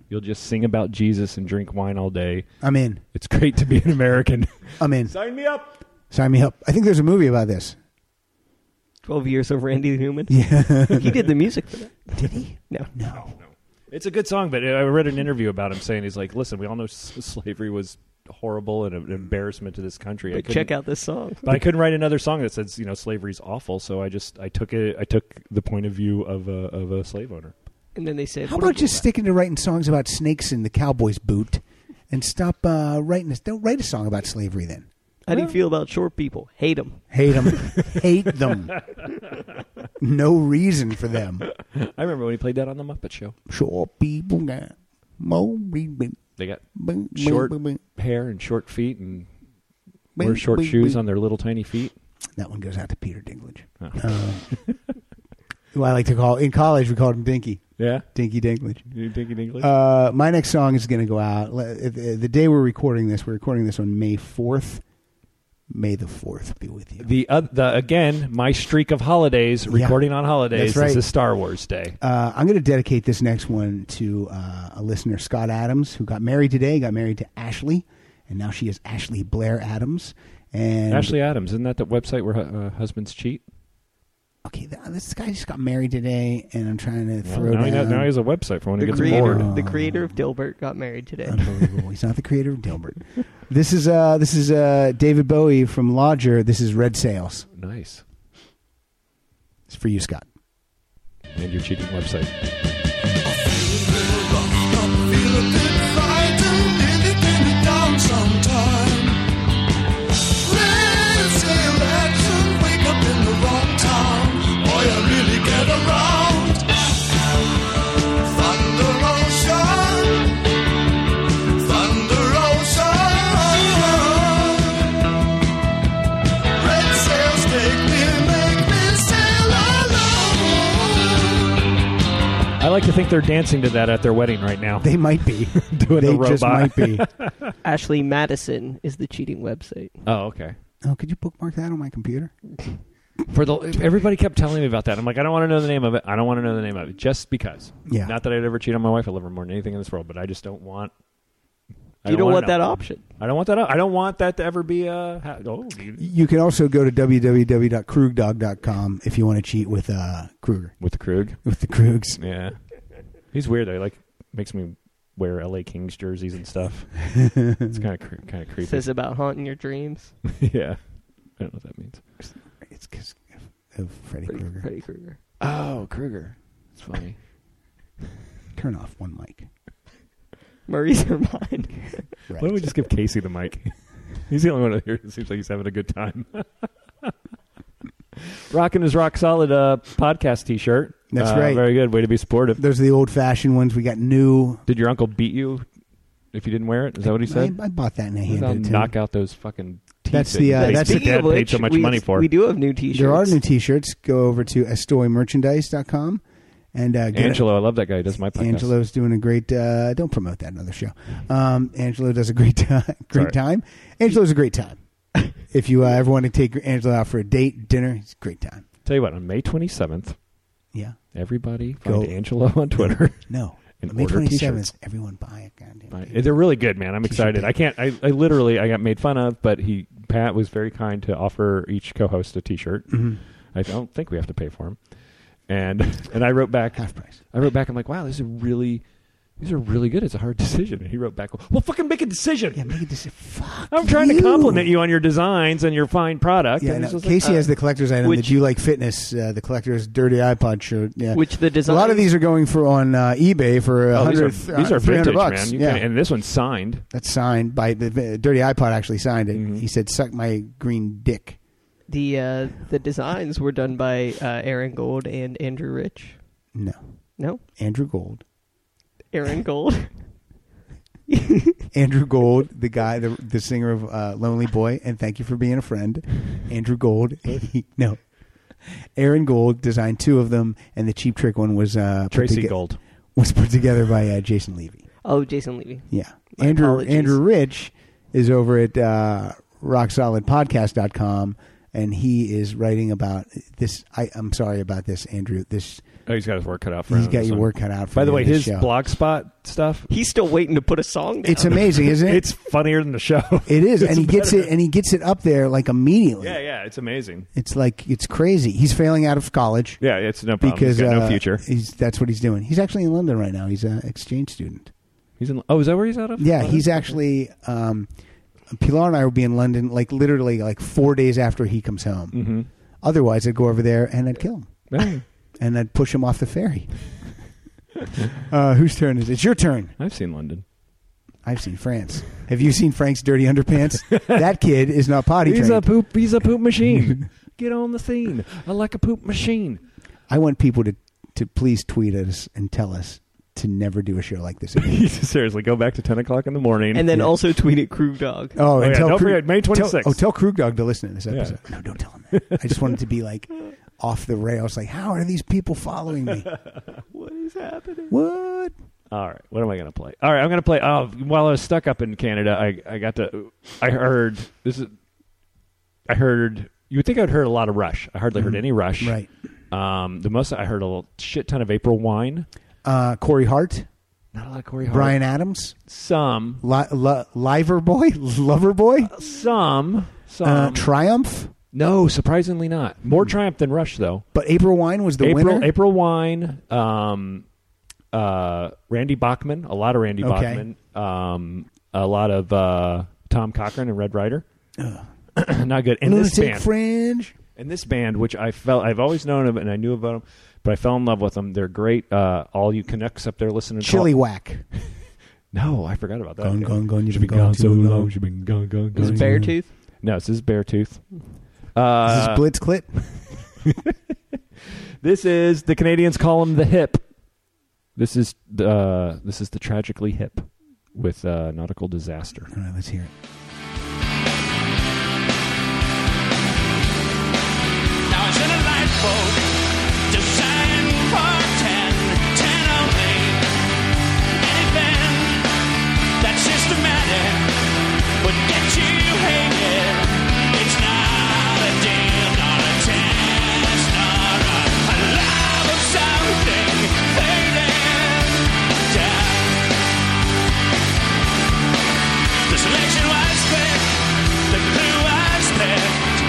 You'll just sing about Jesus and drink wine all day.
I'm in.
It's great to be an American.
I'm in.
Sign me up.
Sign me up. I think there's a movie about this.
Twelve years of Randy Newman. Yeah, he did the music for that.
Did he?
No,
No.
It's a good song, but I read an interview about him saying he's like, listen, we all know s- slavery was horrible and an embarrassment to this country. I
but
couldn't-
check out this song.
But I couldn't write another song that says you know slavery's awful, so I just I took it I took the point of view of a of a slave owner.
And then they said,
How
"What a
about just
bull-"
sticking to writing songs about snakes in the cowboy's boot, and stop uh, writing this? Don't write a song about slavery then.
How
uh,
do you feel about short people? Hate them.
Hate them. Hate them. No reason for them.
I remember when he played that on the Muppet Show.
Sure, people got more reason.
They got short hair and short feet and wear short shoes on their little tiny feet.
That one goes out to Peter Dinklage.
Oh.
Um, who I like to call in college we called him Dinky,
Yeah,
Dinky Dinklage.
you thinking English?
Uh, my next song is going to go out le- if- if- the day we're recording this. We're recording this on May fourth. May the fourth be with you.
the oth- the again my streak of holidays recording on holidays.
That's right.
This is Star Wars Day.
Uh, I'm going to dedicate this next one to uh, a listener, Scott Adams, who got married today. Got married to Ashley, and now she is Ashley Blair Adams. And
Ashley Adams, isn't that the website where hu- uh, husbands cheat?
okay, th- this guy just got married today, and I'm trying to
Well,
throw
now, he
down.
has, now he has a website for when he
The
gets
creator,
bored.
the creator of Dilbert got married today.
Unbelievable. He's not the creator of Dilbert. This is uh, this is uh, David Bowie from Lodger. This is Red Sails.
Nice.
It's for you, Scott.
And your cheating website.
Feel a bit frightened, nearly pin it down sometime. Let's say election, wake up in the wrong town. Boy, I really get around. Thunder ocean, thunder ocean. Red sails take me, make me sail alone.
I like to think they're dancing to that at their wedding right now.
They might be
Doing
they
the
just
robot.
might be.
Ashley Madison is the cheating website.
Oh, okay.
Oh, could you bookmark that on my computer?
For the everybody kept telling me about that. I'm like, I don't want to know the name of it. I don't want to know the name of it, just because.
Yeah.
Not that I'd ever cheat on my wife. I love her more than anything in this world, but I just don't want. I
You don't,
wanna
want
know.
that option.
I don't want that. Up. I don't want that to ever be a. Ha- oh, you-
You can also go to www.krugdog.com if you want to cheat with uh, Kruger
with the Krug.
with the Krugs.
Yeah. He's weird. though. He like makes me wear L.A. Kings jerseys and stuff. it's kind of cre- kind of creepy.
Says about haunting your dreams.
yeah. I don't know what that means.
because of Freddy Krueger.
Freddy Krueger.
Oh, Krueger. It's funny.
Turn off one mic.
Murray's her mind.
Why don't we just give Casey the mic? he's the only one out here. It seems like he's having a good time. Rocking his rock solid uh, podcast T-shirt.
That's
Uh,
right.
Very good. Way to be sportive.
Those are the old fashioned ones. We got new.
Did your uncle beat you if you didn't wear it? Is that what he said?
I, I bought that and I handed
I'll
it to
knock out those fucking. Teeth
That's
that
the,
you
uh,
paid-
that's
that
the-
your dad
Speaking of
paid so
which,
much
we-
money for.
we do have new T-shirts.
There are new T-shirts. Go over to estoymerchandise.com and uh, get
Angelo, I love that guy. He does my podcast.
Angelo's doing a great. Uh, don't promote that another show. Um, Angelo does a great time. Great
Sorry.
time. Angelo's a great time. if you uh, ever want to take Angelo out for a date, dinner, it's a great time.
Tell you what, on May 27th,
Yeah.
everybody find
Go.
Angelo on Twitter.
No.
And
May
order
twenty
T-shirts.
seventh, everyone buy a goddamn.
Right. They're really good, man. I'm excited. I can't. I, I literally I got made fun of, but he Pat was very kind to offer each co-host a T-shirt.
Mhm.
I don't think we have to pay for him. And and I wrote back half
price.
I wrote back. I'm like, wow, this is really. These are really good. It's a hard decision. And he wrote back, "Well, fucking make a decision.
Yeah, make a decision. Fuck.
I'm trying
you.
to compliment you on your designs and your fine product."
Yeah,
And
no,
it's just like,
Casey
uh,
has the collector's item
which-
that you like fitness, uh, the collector's dirty iPod shirt. Yeah.
Which the
a lot of
designs-
these are going for on uh, eBay for a
oh, these are,
hundred.
these are
300
vintage,
bucks.
man. You
yeah,
can- and this one's signed.
that's signed by the the dirty iPod. Actually signed it.
Mm-hmm.
He said, "Suck my green dick."
The uh, the designs were done by uh, Aaron Gold and Andrew Rich.
No,
No,
Andrew Gold.
Aaron Gold.
Andrew Gold, the guy, the, the singer of uh, Lonely Boy, and thank you for being a friend. Andrew Gold, no, Aaron Gold designed two of them, and the cheap trick one was uh, put
Tracy
toge-
Gold.
was put together by uh, Jason Levy.
oh, Jason Levy.
Yeah,
My
Andrew
apologies.
Andrew Rich is over at uh, RockSolidPodcast.com, and he is writing about this. I, I'm sorry about this, Andrew. This
Oh, he's got his work cut out for
he's
him.
got
So-
your work cut out. For
By the
you
way,
on this
his
show.
blogspot stuff.
He's still waiting to put a song down.
It's amazing, isn't it?
It's funnier than the show.
It is,
It's
and he gets
better.
it, and he gets it up there like immediately.
Yeah, yeah, it's amazing.
It's like it's crazy. He's failing out of college
Yeah, it's no problem.
because
Um, he's got
uh,
no future.
He's that's what he's doing. He's actually in London right now. He's an exchange student.
He's in. Oh, is that where he's out of?
Yeah, he's actually. Um, Pilar and I will be in London like literally like four days after he comes home.
Mm-hmm.
Otherwise, I'd go over there and I'd kill him
Oh, Yeah,
and I'd push him off the ferry. uh, whose turn is it? It's your turn.
I've seen London.
I've seen France. Have you seen Frank's dirty underpants? that kid is not potty
He's
trained.
a poop. He's a poop machine. Get on the scene. I like a poop machine.
I want people to to please tweet us and tell us to never do a show like this again.
Seriously, go back to ten o'clock in the morning.
And then also tweet at Crew Dog.
Oh, and
yeah,
tell
don't
Krug-
forget, May
tell-
26th.
oh, tell Krug Dog to listen to this
Yeah.
episode. No, don't tell him that. I just wanted to be like off the rails. Like, how are these people following me?
What is happening?
What?
All right, what am I gonna play? All right, I'm gonna play. Oh, while I was stuck up in Canada, I I got to. I heard this is. I heard. You would think I'd heard a lot of Rush. I hardly heard any Rush.
Right.
Um, the most I heard a little shit ton of April Wine.
Uh, Corey Hart,
Not a lot of Corey Hart.
Brian Adams,
Some.
li- li- Liver Boy, Lover Boy,
Uh, Some. Some.
uh, Triumph.
no, surprisingly not. More Triumph than Rush, though.
But April Wine was the
April
winner.
April Wine, um, uh, Randy Bachman, a lot of Randy
Okay.
Bachman, um, a lot of uh, Tom Cochran and Red Rider. not good. And this
Lunatic
band,
Fringe.
and this band, which I felt I've always known of and I knew about them, but I fell in love with them. They're great. Uh, all you Canucks up there listening, to
Chili Whack.
No, I forgot about that.
Gone, gone, gone. You've
You've
been
been
gone
gone
too
so
long.
long. You've been gone, gone,
Is
gone.
it Mm-hmm. Beartooth?
No, this is Beartooth.
This is
Uh,
Blitz Clit.
this is the Canadians call him the hip. This is the uh, this is the tragically hip with uh, nautical disaster.
All right, let's hear it.
Now it's in a lifeboat designed for ten, ten only. Anything that's systematic would get you hated. It's not a deal, not a test, not a, a love of something fading. Death. The selection was picked, the clue was picked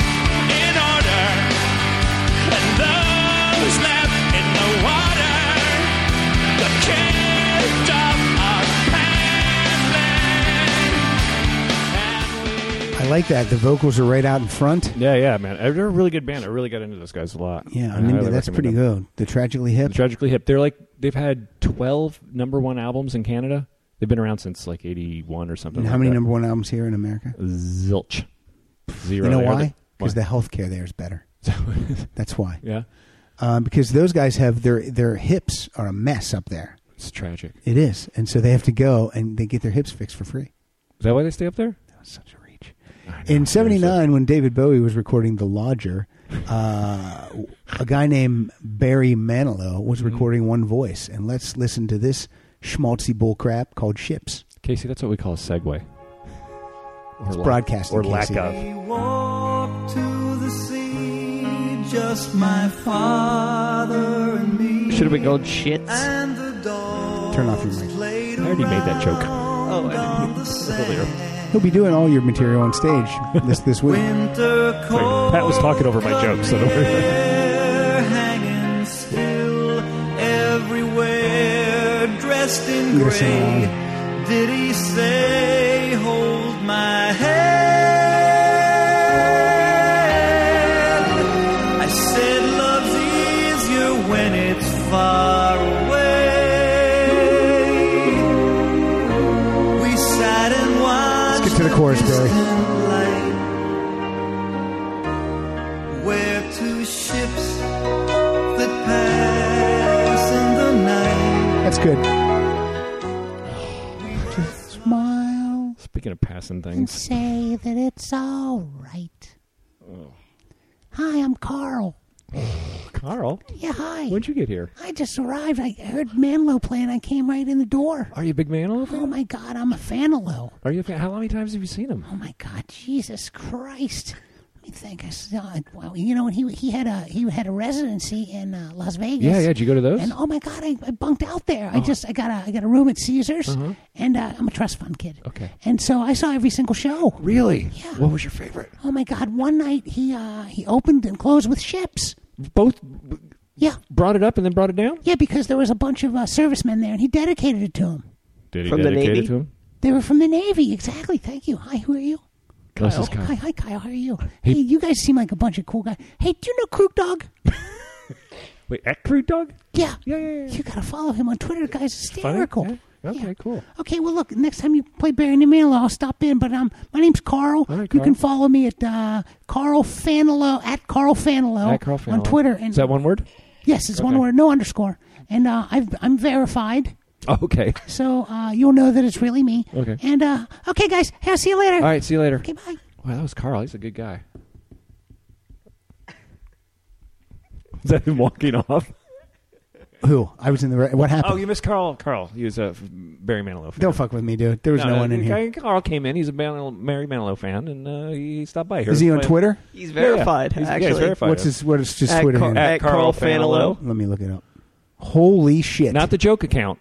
in order. And though
like that. The vocals are right out in front.
Yeah, yeah, man. Uh, They're a really good band. I really got into those guys a lot.
Yeah,
I
I mean
highly
that's
recommend
pretty
them.
good. The Tragically Hip.
Tragically Hip. They're like they've had twelve number one albums in Canada. They've been around since like eighty one or something.
And how
like
many
that.
number one albums here in America?
Zilch. Zero.
You know
They are
why?
the-
Because the healthcare there is better. That's why.
Yeah.
Uh, because those guys have their their hips are a mess up there.
It's tragic.
It is, and so they have to go and they get their hips fixed for free.
Is that why they stay up there?
In '79, when David Bowie was recording The Lodger, uh, a guy named Barry Manilow was
Mm-hmm.
recording one voice. And let's listen to this schmaltzy bullcrap called Ships.
Casey, that's what we call a segue. Or
It's
lack-
broadcasting,
or lack
Casey.
of.
walk to the sea, just my father and me.
Should have been called shits.
And the dogs
Turn off your mic.
played
I already made that joke.
Oh, on the sand.
He'll be doing all your material on stage this this week.
Winter cold,
Pat was talking over my joke, so don't worry.
air hanging still everywhere, dressed in
I'm gonna sing
gray. Did he say, hold my head? I said, love's easier when it's far away. We sat and watched.
Let's get to the chorus, Barry.
distant light. Where two ships that pass in the night.
That's good.
Smile
Speaking of passing
and
things,
say that it's all right. Hi, I'm Carl.
Carl,
Yeah, hi.
when'd you get here?
I just arrived. I heard Manilow playing. I came right in the door.
Are you a big Manilow fan?
Oh my God, I'm a Fanilow.
Are you? a fan? How many times have you seen him?
Oh my God, Jesus Christ! Let me think. I saw. Well, you know, and he he had a he had a residency in uh, Las Vegas.
Yeah, yeah. Did you go to those?
And oh my God, I, I bunked out there. I
Oh.
just I got a I got a room at Caesars,
Uh-huh.
and uh, I'm a trust fund kid.
Okay.
And so I saw every single show.
Really?
Yeah.
What was your favorite?
Oh my God! One night he uh, he opened and closed with ships.
Both
Yeah,
brought it up and then brought it down.
yeah, because there was a bunch of uh, servicemen there, and he dedicated it to them.
Did he
From the
dedicate
Navy?
it to him?
They were from the Navy, exactly. Thank you. Hi, who are you?
Oh,
Oh,
This is
Hi,
Kyle.
hi, Kyle. How are you?
Hey-
Hey, you guys seem like a bunch of cool guys. Hey, do you know Crook Dog?
Wait, at Crew Dog?
Yeah.
Yeah, yeah, yeah.
You gotta follow him on Twitter, the guys. Hysterical.
Funny? Yeah. Okay, cool.
Okay, well, look. Next time you play Barry and Manilow, I'll stop in. But um, my name's Carl.
All right,
you
Carl.
can follow me at uh, Carl Fanilow at Carl Fanilow
At Carl
on
Fanilow.
Twitter. And
Is that one word?
yes, it's one
Okay.
word, no underscore. And uh, I've, I'm verified,
Oh, okay.
so uh, you'll know that it's really me.
Okay.
And uh, okay, guys. Hey, I'll see you later.
All right. See you later.
Okay, bye.
Wow, that was Carl. He's a good guy. Is that him walking off?
Who? I was in the. Re- what happened?
Oh, you missed Carl. Carl. He was a f- Barry Manilow fan.
Don't fuck with me, dude. There was no, one in
the
here.
guy- Carl came in. He's a Man- Barry Manilow fan, and uh, he stopped by here.
Is he on Twitter?
He's
Yeah, yeah.
verified.
He's- yeah, he's
actually,
verified.
What's his What is his
At
Twitter
Car-
handle?
at Carl Fanilow.
Let me look it up. Holy shit!
Not the joke account.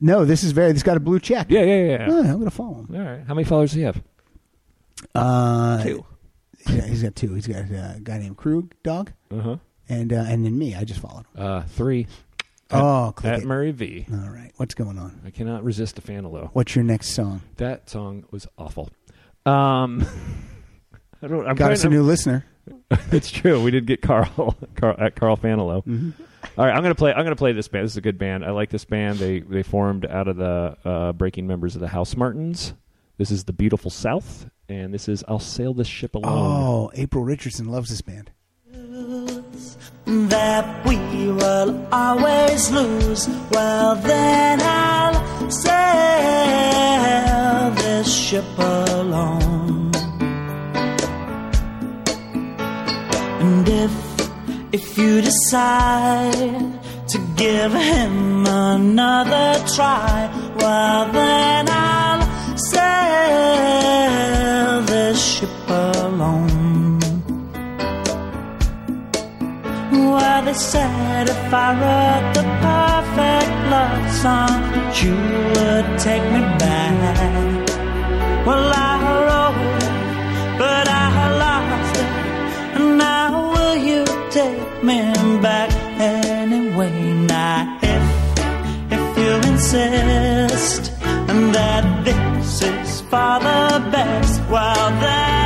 no, this is very. This got a blue check.
Yeah, yeah, yeah.
Oh, I'm gonna follow him.
All right. How many followers does he have?
Uh,
Two.
Yeah, he's got two. He's got uh, a guy named Krug Dog,
Uh-huh.
and uh, and then me. I just followed him.
Uh, three.
oh, click
At
it.
Murray V.
All right, what's going on?
I cannot resist the Fanilow.
What's your next song?
That song was awful. Um, I don't. I'm
got
trying-
us a
I'm-
new listener.
it's true. We did get Carl, Carl at Carl Fanilow.
Mm-hmm.
All right, I'm gonna play. I'm gonna play this band. This is a good band. I like this band. They they formed out of the uh, breaking members of the House Martins. This is the Beautiful South, and this is I'll Sail This Ship Alone.
Oh, April Richardson loves this band.
that we will always lose. Well, then I'll sail this ship alone. And if, if you decide to give him another try, well, then I'll sail this ship alone. Well, they said if I wrote the perfect love song, you would take me back. Well, I wrote it, but I lost it. And now will you take me back anyway? Now, if, if you insist that this is for the best, well, then.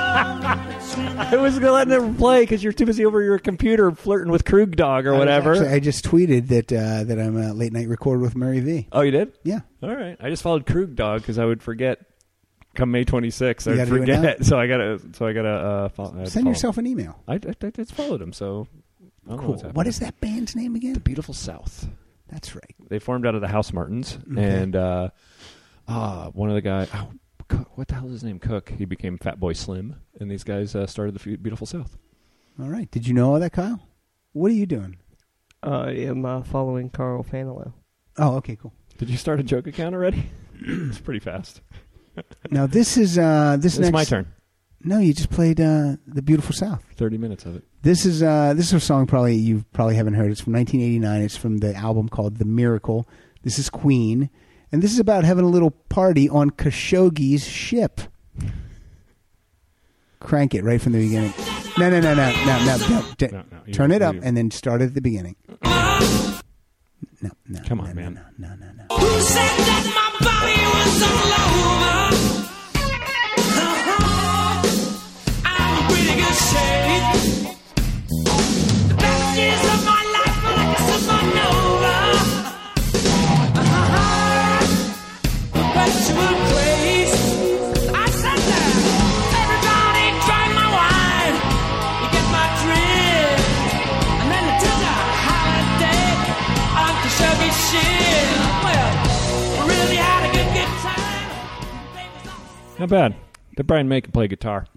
I was gonna let it play because you're too busy over your computer flirting with Krug Dog or whatever.
Actually, I just tweeted that uh, that I'm a late night record with Murray V.
Oh, you did?
Yeah.
All right. I just followed Krug Dog because I would forget. Come May 26th,
You
I
gotta do it
forget. So I gotta. So I gotta uh, follow, I had to
Send
follow.
yourself an email.
I, I, I just followed him. So I don't know
Cool.
what's
What
happening.
is that band's name again? The
Beautiful South.
That's right.
They formed out of the House Martins,
Okay.
and uh, uh, one of the guys. Oh, Cook- what the hell is his name? Cook. He became Fat Boy Slim, and these guys uh, started the Fu- Beautiful South.
All right. Did you know all that, Kyle? What are you doing?
I am uh, following Carl Fanilo.
Oh, okay, cool.
Did you start a joke account already? it's pretty fast.
Now this is uh, this.
It's
next...
my turn.
No, you just played uh, the beautiful South.
Thirty minutes of it.
This is uh, this is a song probably you probably haven't heard. It's from 1989. It's from the album called The Miracle. This is Queen, and this is about having a little party on Khashoggi's ship. Crank it right from the beginning. No, no, no, no, no, no. no, T-
No, no, you-
Turn it up
you-
and then start at the beginning.
Come on, man.
Who said that my body was all over? Uh-huh. I'm in pretty good shape. The best years of my life were like a supernova. Uh-huh. Perpetual grace. I said that. Everybody try my wine. You get my drift. And then it is a holiday. I'm Khashoggi shit. Well, we really had a good, good time.
Not bad. Did Brian May can play guitar.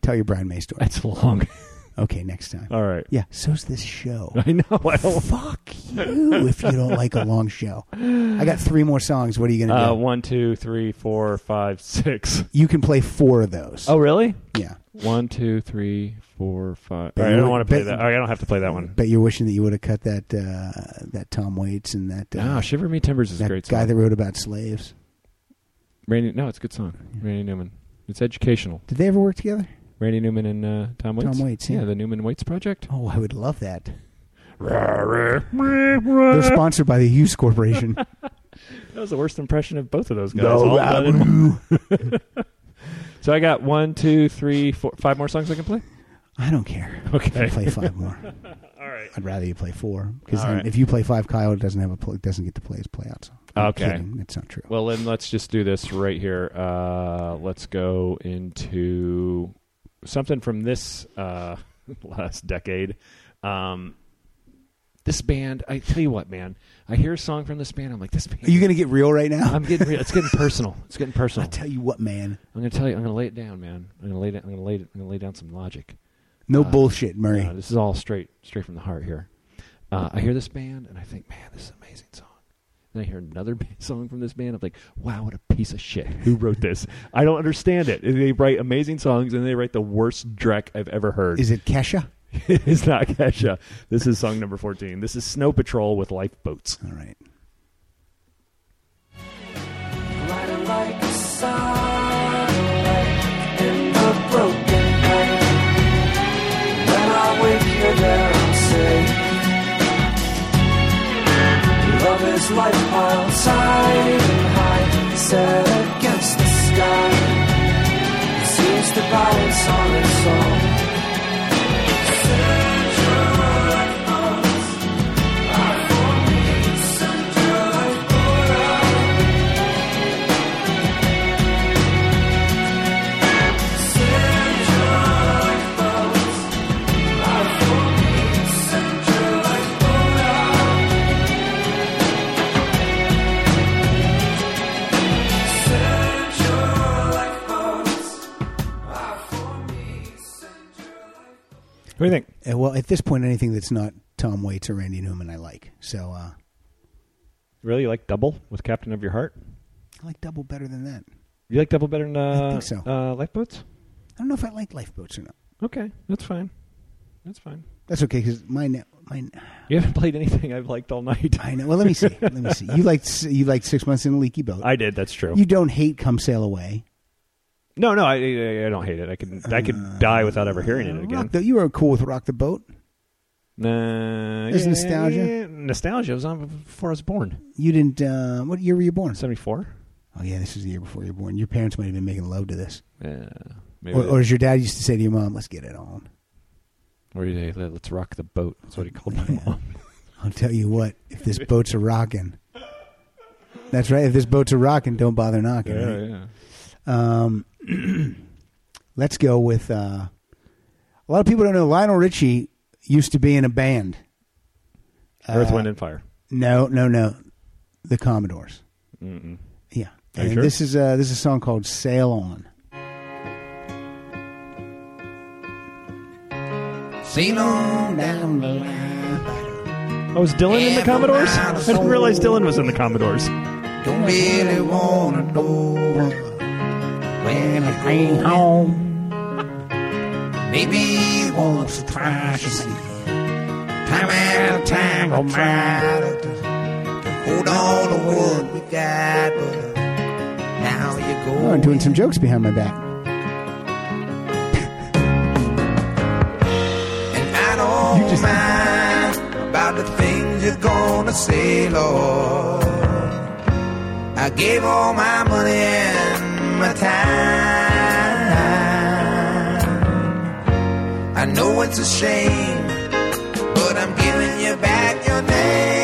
Tell your Brian May story.
That's long.
okay, next time.
All right.
Yeah, so's this show.
I know. I don't-
Fuck you if you don't like a long show. I got three more songs. What are you going to
Uh,
do?
one, two, three, four, five, six.
You can play four of those.
Oh, really?
Yeah.
One, two, three, four, five.
But
All right, I
you
don't
would-
want to play
but-
that. All right, I don't have to play that one.
Bet you're wishing that you would have cut that uh, that Tom Waits and that uh,
No, Ah, Shiver Me Timbers is a
that
great
guy
song.
that wrote about slaves.
Randy, no, it's a good song. Randy Newman. It's educational.
Did they ever work together?
Randy Newman and uh, Tom Waits.
Tom Waits, yeah.
the Newman Waits Project.
Oh, I would love that. They're
They're
sponsored by the Hughes Corporation.
That was the worst impression of both of those guys.
No,
all
I
done in one. so I got one, two, three, four, five more songs I can play.
I don't care.
Okay.
play five more.
All right.
I'd rather you play four because
All right.
if you play five, Kyle doesn't have a pl- doesn't get to play his playout song. I'm
Okay.
kidding. that's not true.
Well, then let's just do this right here. Uh, let's go into something from this uh, last decade. Um, this band, I tell you what, man, I hear a song from this band. I'm like, this band.
Are you going to get real right now?
I'm getting real. It's getting personal. It's getting personal.
I tell you what, man.
I'm gonna tell you. I'm gonna lay it down, man. I'm gonna lay down. I'm gonna lay. I'm gonna lay down some logic.
No
Uh,
bullshit, Murray.
no, this is all straight, straight from the heart here. Uh, I hear this band and I think, man, this is an amazing song. Then I hear another ba- song from this band. I'm like, wow, what a piece of shit. Who wrote this? I don't understand it. They write amazing songs and they write the worst dreck I've ever heard.
Is it Kesha?
it is not Kesha. This is song number 14. This is Snow Patrol with Lifeboats.
All right.
Riding like a satellite in the broken night. When I wake, you're there, I'm safe. Love is life outside and high, set against the sky. It seems to balance on its own. Central lifeboats are for me. Central lifeboat.
What do you think?
Uh, well, at this point, anything that's not Tom Waits or Randy Newman, I like. So uh,
Really, you like Double with Captain of Your Heart?
I like Double better than that.
You like Double better than uh,
I think so.
uh, Lifeboats?
I don't know if I like Lifeboats or not.
Okay, that's fine. That's fine.
That's okay because mine, mine.
You haven't played anything I've liked all night.
I know. Well, let me see. let me see. You liked s- you liked six months in a leaky boat.
I did. That's true.
you don't hate "Come Sail Away."
No, no, I, I I don't hate it. I could I could
Uh,
die without ever hearing it again.
Rock the, you were cool with "Rock the Boat."
Nah,
There's
yeah,
nostalgia.
yeah, nostalgia was on before I was born.
You didn't. Uh, what year were you born?
Seventy four.
Oh yeah, this is the year before you were born. Your parents might have been making love to this.
Yeah, Maybe
Or,
they-
or as your dad used to say to your mom, "Let's get it on."
Or you say, "Let- let's rock the boat. That's what he called my mom.
I'll tell you what: if this boat's a rocking, that's right. If this boat's a rocking, don't bother knocking.
Yeah,
right?
yeah.
Um, let's go with uh, a lot of people don't know Lionel Richie used to be in a band.
Earth,
Uh,
Wind, and Fire.
No, no, no, the Commodores.
Mm-mm.
Yeah,
Are you
and
sure?
this is uh, this is a song called "Sail On."
Sail on down the line.
Oh, was Dylan in the Commodores? I didn't realize Dylan was in the Commodores.
Don't really wanna go when I ain't home. Maybe once or twice, you see. Time out of time, I'll try to, to hold on to what we got, but uh, now you go.
Oh, I'm doing some jokes behind my back.
I don't mind about the things you're gonna say, Lord. I gave all my money and my time. I know it's a shame, but I'm giving you back your name.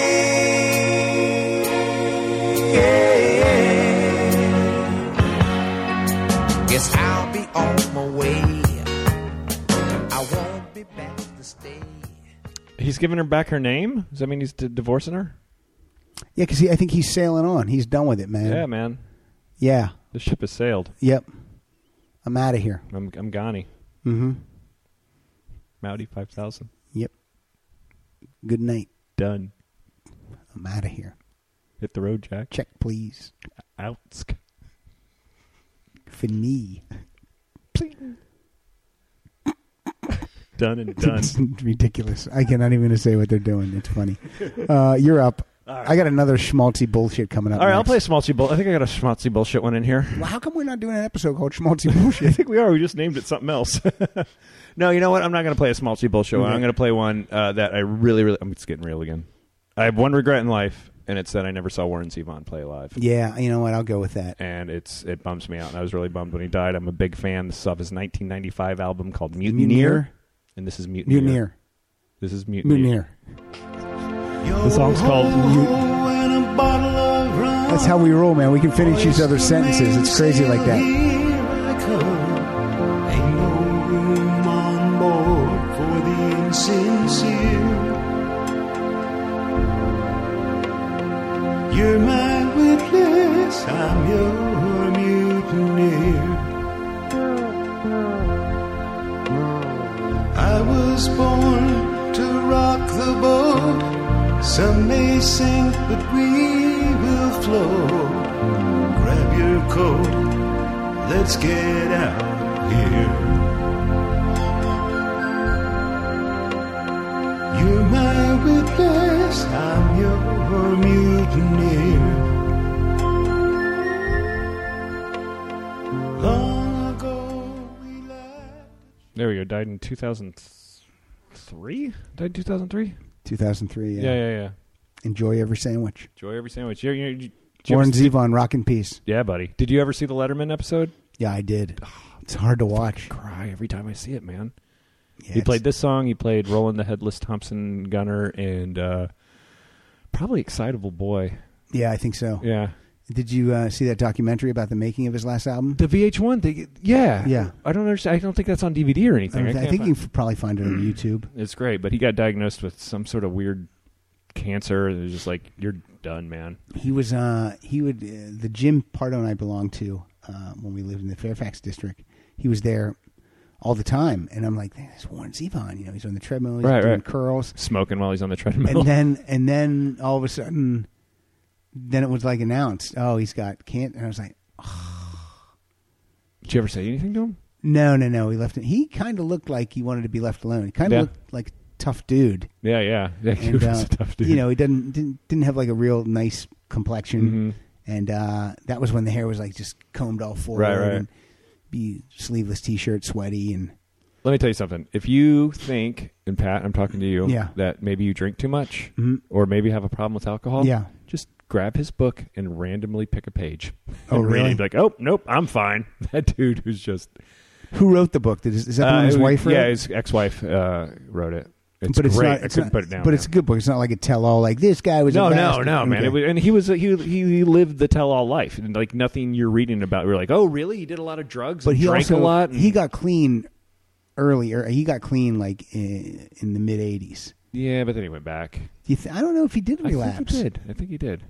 Guess I'll be on my way. I won't be back to stay.
He's giving her back her name. Does that mean he's d- divorcing her?
Yeah, because I think he's sailing on. He's done with it, man.
Yeah, man.
Yeah.
The ship has sailed.
Yep. I'm out of here.
I'm I'm Ghani.
Mm-hmm.
Mowdy five thousand.
Yep. Good night.
Done.
I'm out of here.
Hit the road, Jack.
Check, please.
Outsk.
Finis.
Done and done.
It's ridiculous. I cannot even say what they're doing. It's funny. Uh, you're up. I got another schmaltzy bullshit coming up.
All right, I'll
next.
play a schmaltzy bull. I think I got a schmaltzy bullshit one in here.
Well, how come we're not doing an episode called Schmaltzy Bullshit?
I think we are. We just named it something else. no, you know what? I'm not going to play a schmaltzy bullshit one. I'm
Okay.
going to play one uh, that I really, really. I'm, it's getting real again. I have one regret in life, and it's that I never saw Warren Zevon play live.
yeah, you know what? I'll go with that.
and it's it bums me out. And I was really bummed when he died. I'm a big fan. This is off his 1995 album called Mutineer,
Mutineer?
and this is Mutineer.
Mutineer.
This is Mutineer.
Mutineer.
The song's called Mutineer.
That's how we roll, man. We can finish each other's sentences. It's crazy like that.
Here I come. Ain't no room on board for the insincere. You're my witness, I'm your mutineer. I was born to rock the boat. Some may sink, but we will float. Grab your coat. Let's get out of here. You're my witness, I'm your mutineer. Long ago,
There we go. Died in 2003. Died in 2003.
2003. Yeah.
Yeah, yeah, yeah.
Enjoy every sandwich.
Enjoy every sandwich. You, you, you, did you
Warren
ever see-
Zevon, rock in peace.
Yeah, buddy. Did you ever see the Letterman episode?
Yeah, I did. It's hard to watch.
Cry every time I see it, man.
Yeah,
he played this song. He played Roland the Headless Thompson Gunner and uh, probably Excitable Boy.
Yeah, I think so.
Yeah.
Did you uh, see that documentary about the making of his last album?
The VH1 thing. Yeah.
Yeah.
I don't understand. I don't think that's on DVD or anything.
I,
I, can't
think
find-
you can probably find Mm. it on YouTube.
It's great, but he got diagnosed with some sort of weird cancer. And it was just like, you're done, man.
He was uh, he would uh, the gym Pardo and I belonged to uh, when we lived in the Fairfax district. He was there all the time, and I'm like, "There's Warren Zevon. You know, he's on the treadmill, he's
Right,
doing
right.
curls,
Smoking while he's on the treadmill.
and then and then all of a sudden, then it was like announced, "Oh, he's got can't." And I was like,
Did you ever say anything to him?
"No, no, no." He left. It. He kind of looked like he wanted to be left alone. He kind of
Yeah.
looked like a tough dude.
Yeah, yeah. yeah he
and,
was
uh,
a tough dude.
You know, he didn't didn't didn't have like a real nice
Mm-hmm.
complexion, and uh, that was when the hair was like just combed all forward
Right, right.
and be sleeveless t-shirt, sweaty, and
Let me tell you something. If you think, and Pat, I'm talking to you,
Yeah.
that maybe you drink too much
Mm-hmm.
Mhm.
or maybe have a problem with alcohol,
Yeah.
just grab his book and randomly pick a page.
Oh,
and read it.
really?
Be like, oh, nope, I'm fine. That dude who's just
Who wrote the book? Did, is that the
Uh,
one his
it-
wife wrote?
Yeah, his ex-wife uh, wrote it. It's
but it's
great.
not. It's
I couldn't
not-
put it down.
But
now.
it's a good book. It's not like a tell-all. Like this guy was.
no,
a
no,
bastard.
no, man.
Okay.
It was, and he was he he lived the tell-all life, and like nothing you're reading about. You're like, oh, really? He did a lot of drugs,
but
and
he
drank
also
a lot. and-
he got clean earlier. He got clean like in, in the mid '80s.
yeah, but then he went back.
Do you th- I don't know if he did relapse.
I think he did. I think he did.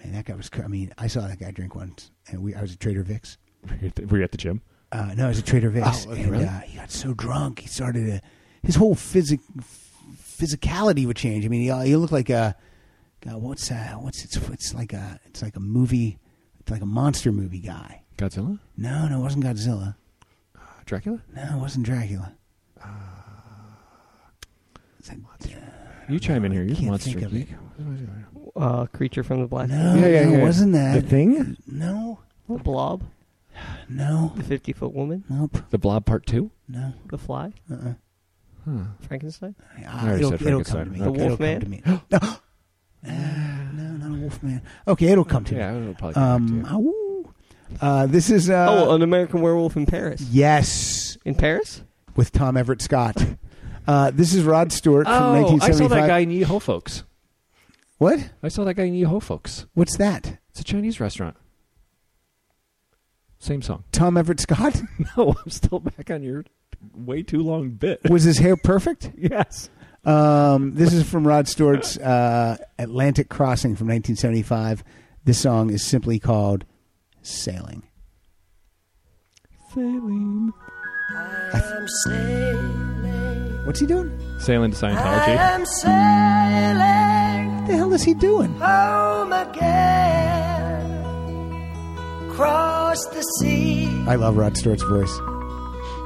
Man, that guy was. cr- I mean, I saw that guy drink once, and we. I was at Trader Vic's.
Were you at the, were you at the gym?
Uh, no, I was at Trader Vic's,
Oh, okay,
and
really?
uh, he got so drunk, he started to. His whole physic physicality would change. I mean, he, he looked like a. God, what's uh, what's it's it's like a it's like a movie, it's like a monster movie guy.
Godzilla?
No, no, it wasn't Godzilla.
Dracula?
No, it wasn't Dracula.
You chime in here. You're a
can't
monster.
think of
geek.
Uh, creature from the black.
No, no, it wasn't that
The thing?
No,
The blob.
no,
The fifty foot woman.
nope,
The Blob Part Two?
no.
The fly.
Uh-uh.
Huh.
Frankenstein.
Ah,
already
it'll,
said
it'll come to
Frankenstein.
me.
The
It'll come
Wolfman?
to me. No. Ah, no, not a Wolfman. Okay, it'll come to
Yeah,
me.
it'll probably come
Um, ah, woo. uh, this is uh,
oh, an American Werewolf in Paris.
yes,
In Paris.
with Tom Everett Scott. Uh, this is Rod Stewart from
Oh, I
1975.
saw that guy in Yee Ho Folks.
What?
I saw that guy in Yee Ho Folks.
What's that?
It's a Chinese restaurant. Same song.
Tom Everett Scott?
No, I'm still back on your way too long bit.
Was his hair perfect?
yes.
Um, this is from Rod Stewart's uh, Atlantic Crossing from 1975. This song is simply called Sailing.
Sailing.
I'm sailing.
What's he doing?
Sailing to Scientology.
I'm sailing
What the hell is he doing?
home again. Cross the sea.
I love Rod Stewart's voice.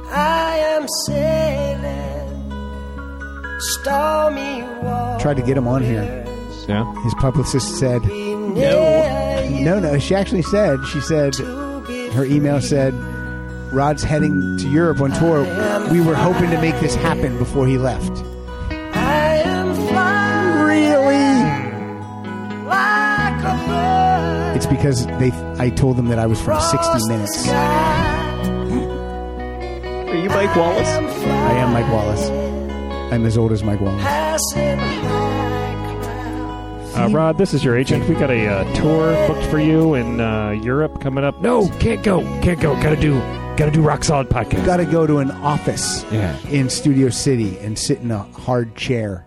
I am sailing stormy waters.
Tried to get him on here.
Yeah.
His publicist said,
No.
no, no. She actually said, she said, her email said, Rod's heading to Europe on tour. We were hoping to make this happen before he left.
I am flying
Really?
like a bird.
It's because they. I told them that I was from 60 Minutes.
Are you Mike Wallace?
I am Mike Wallace. I'm as old as Mike Wallace.
Passing high
Uh, Rod, this is your agent. We got a uh, tour booked for you in uh, Europe coming up. No, can't go. Can't go. Gotta do. Gotta do Rock Solid podcast.
Got to go to an office
Yeah.
in Studio City and sit in a hard chair.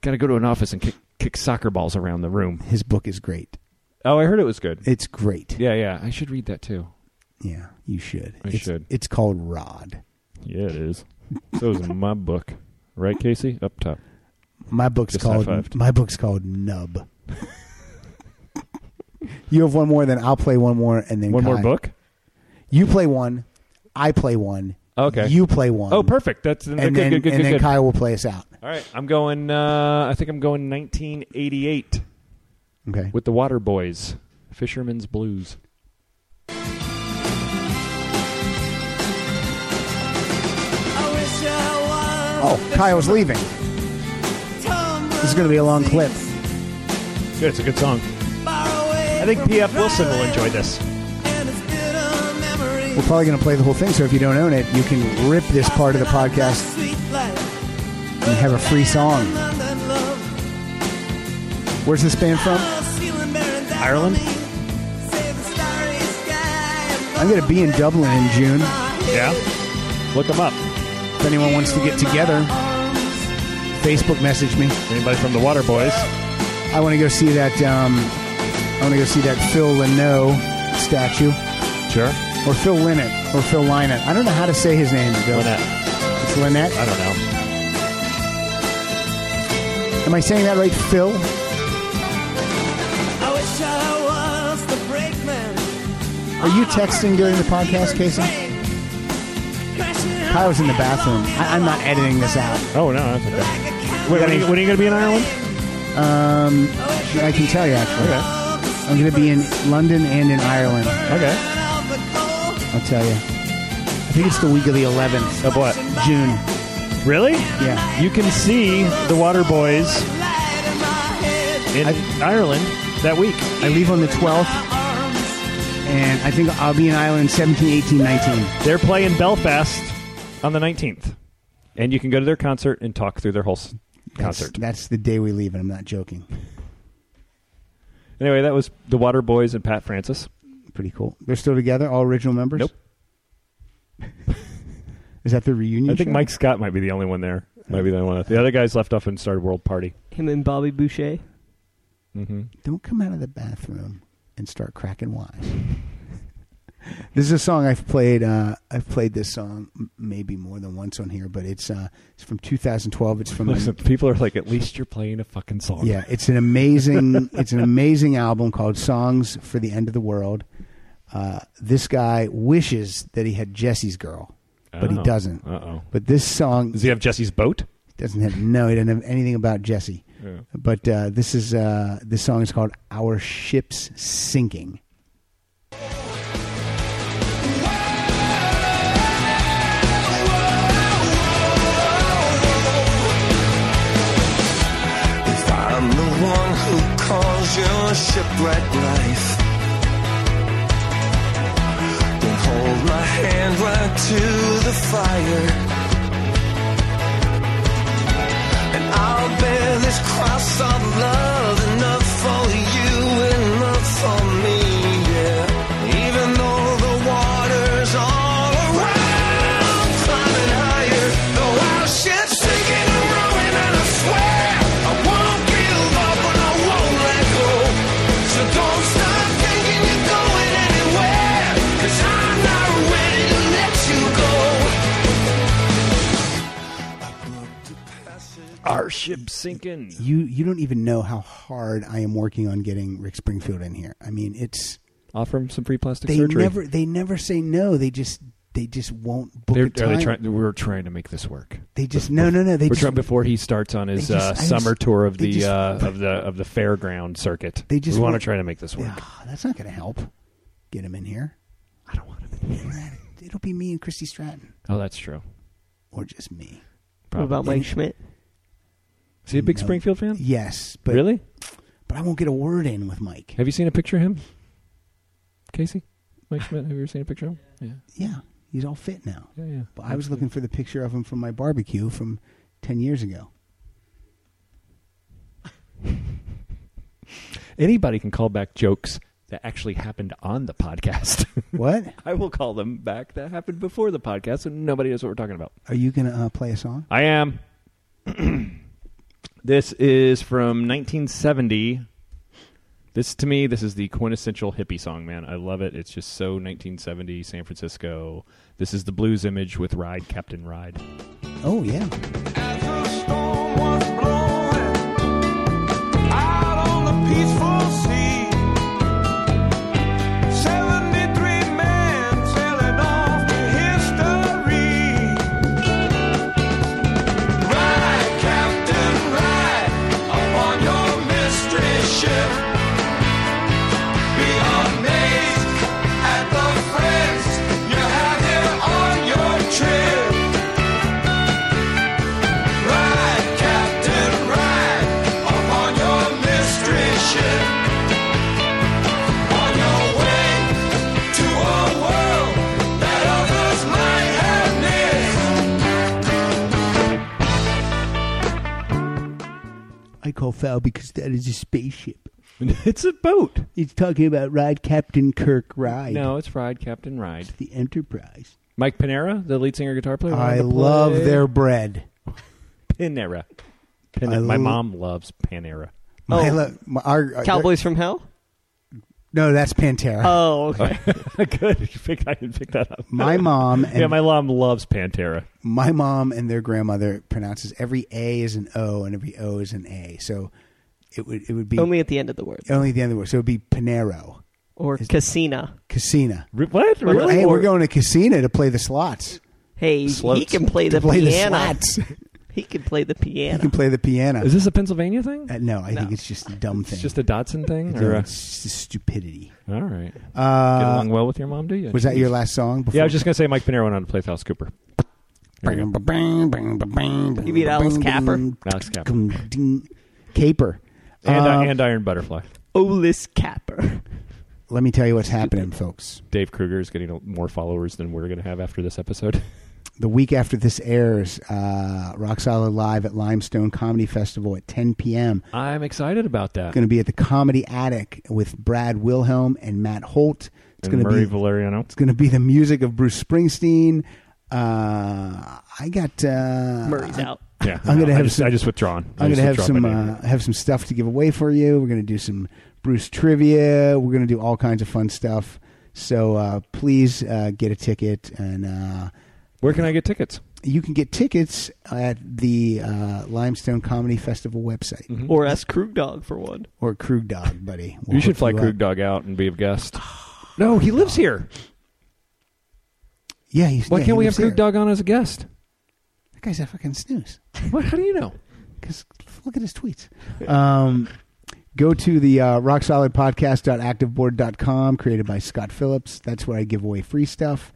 Gotta go to an office and kick, kick soccer balls around the room.
His book is great.
Oh, I heard it was good.
It's great.
Yeah, yeah. I should read that too.
Yeah, you should.
I
it's,
should.
It's called Rod.
Yeah, it is. so is my book, right, Casey? Up top.
My book's
Just
called
high-fived.
My book's called Nub. you have one more, then I'll play one more, and then
One more
Kai-
book.
You play one, I play one.
Okay.
You play one.
Oh, perfect. That's
And then,
good, good,
and
good,
then
good.
Kai will play us out.
All right, I'm going. Uh, I think I'm going 1988
Okay.
with the Water Boys, Fisherman's Blues.
Oh, Kyle's leaving. This is going to be a long clip.
Good, it's a good song. I think P.F. Wilson will enjoy this.
We're probably going to play the whole thing, so if you don't own it, you can rip this part of the podcast and have a free song. Where's this band from?
Ireland.
I'm going to be in Dublin in June.
Yeah. Look them up.
If anyone wants to get together, Facebook message me.
Anybody from the Water Boys?
I want to go see that. Um, I want to go see that Phil Leno statue,
Sure.
or Phil Lynott, or Phil Lynott. I don't know how to say his name. Bill.
Why not?
It's Lynette.
I don't know.
Am I saying that right, Phil?
I wish I was the brakeman.
Are you texting during the podcast, Casey? I was in the bathroom. I, I'm not editing this out.
Oh no, that's okay. Wait, when, are you, when are you going to be in Ireland?
Um, I can tell you actually. I'm going to be in London and in Ireland.
Okay.
I'll tell you. I think it's the week of the 11th
Of what?
June.
Really?
Yeah.
You can see the Water Boys in Ireland that week.
I leave on the 12th,
and I think I'll be in Ireland 17, 18, 19.
They're playing Belfast on the 19th. And you can go to their concert and talk through their whole s-
That's,
concert.
that's the day we leave, and I'm not joking.
Anyway, that was The Water Boys and Pat Francis.
Pretty cool. They're still together, all original members.
Nope.
Is that the reunion?
I think
show?
Mike Scott might be the only one there. Might be the only one. The other guys left off and started World Party.
Him and Bobby Boucher.
Mm-hmm.
Don't come out of the bathroom and start cracking wise. this is a song I've played. Uh, I've played this song m- maybe more than once on here, but it's uh, it's from 2012. It's from
Listen, people are like, at least you're playing a fucking song.
Yeah, it's an amazing it's an amazing album called Songs for the End of the World. Uh, this guy wishes that he had Jesse's girl, but he
Oh,
doesn't.
uh-oh.
But this song
Does he have Jesse's boat?
doesn't have no, he doesn't have anything about Jesse.
Yeah.
But uh, this is uh, this song is called Our Ship's Sinking.
If I'm the one who calls your shipwreck life, then hold my hand right to the fire. And I'll bear this cross of love, enough for you, enough for me, yeah. Even though the water's all around, climbing higher, though our ship's sinking and rowing, and I swear I won't give up and I won't let go. So don't stop thinking you're going anywhere, cause I'm not ready to let you go.
Our ship's sinking.
You you don't even know how hard I am working on getting Rick Springfield in here. I mean, it's
Offer him some free plastic
they
surgery.
never they never say no. They just they just won't book
They're-
a time.
are they trying, we're trying to make this work.
They just no no no. They
we're
just
trying before he starts on his
they just-
uh,
I just-
summer tour of
they
the
just-
uh, of the of the fairground circuit.
They just
we want to
want-
try to make this work.
Ah, that's not going to help. Get him in here. I don't want him in here. It'll be me and Christy Stratton,
Oh, that's true.
or just me.
What about
Probably.
Mike Schmidt?
Is he a big
No.
Springfield fan?
Yes, but
really?
But I won't get a word in with Mike.
Have you seen a picture of him, Casey? Mike Schmidt. Have you ever seen a picture of him? Yeah.
Yeah, he's all fit now.
Yeah, yeah.
But I was looking for the picture of him from my barbecue from ten years ago.
Anybody can call back jokes that actually happened on the podcast.
What
I will call them back that happened before the podcast, and nobody knows what we're talking about.
are you going to uh, play a song?
I am. this is from 1970. This to me, this is the quintessential hippie song, man. I love it. It's just so 1970 San Francisco. This is the blues image with Ride Captain Ride.
Oh yeah,
Out on the peaceful sea, seventy-three men sailing off to history. Ride, Captain, ride upon your mystery ship. Be amazed at the friends you have here on your trip. Ride, Captain, ride upon your mystery ship. On your way to a world that others might have missed.
I call foul because that is a spaceship.
it's a boat.
It's talking about ride Captain Kirk ride.
No, it's Ride Captain Ride.
the Enterprise.
Mike Panera, the lead singer guitar player.
I
wanted to
love
play
their bread.
Panera. Pan-
I
My
lo-
mom loves Panera.
My
Oh.
lo- my- our- our-
Cowboys from Hell?
No, that's Pantera.
Oh, okay.
Good, you picked, I didn't pick that up.
My mom and
yeah, my mom loves Pantera.
my mom and their grandmother pronounces every A is an O and every O is an A. So it would it would be
Only at the end of the word.
only the end of the word. So it would be Panero,
Or Casina.
Casino.
Re- What? Really?
Hey, we're going to Casino to play the slots.
Hey, he
Sloats.
can play
To
the
play the
piano.
slots.
he can play the
You
piano.
can play the piano.
Is this a Pennsylvania thing?
Uh, no, I think
No.
it's just a dumb thing.
It's just a Dotson thing?
No,
Or uh, a-
it's just stupidity.
all right. Get
Uh,
along well with your mom, do you?
was that your last song? Before?
Yeah, I was just going to say Mike Panera went on to play Alice Cooper. There you go.
You
You mean Alice Capper?
Alice Capper.
Capper. Caper.
And, uh,
Um,
and Iron Butterfly.
Olis Capper.
let me tell you what's happening, folks.
Dave Kruger is getting more followers than we're going to have after this episode.
The week after this airs, uh, Rock Solid Live at Limestone Comedy Festival at 10 p.m.
I'm excited about that.
Going to be at the Comedy Attic with Brad Wilhelm and Matt Holt. It's
And
going to be
Murray Valeriano.
It's going to be the music of Bruce Springsteen. Uh, I got uh,
Murray's out.
Yeah,
I'm going
no,
to
I
have
just-
some,
I just withdrawn. I
I'm going
just
to have
withdrawn my
some
name.
uh, have some stuff to give away for you. We're going to do some Bruce trivia. We're going to do all kinds of fun stuff. So uh, please uh, get a ticket and. Uh,
Where can I get tickets?
You can get tickets at the uh, Limestone Comedy Festival website
Or ask Krug Dog for one.
or Krug Dog, buddy.
Mm-hmm. you should fly
We'll hook
Krug
up.
Dog out and be a guest. no, he lives here.
Yeah, he's,
Why
yeah,
can't
he
we have
lives
Krug
here.
Dog on as a guest?
That guy's a fucking snooze.
What? How do you know?
Because look at his tweets. Um, go to the uh, rocksolidpodcast.activeboard.com created by Scott Phillips. That's where I give away free stuff.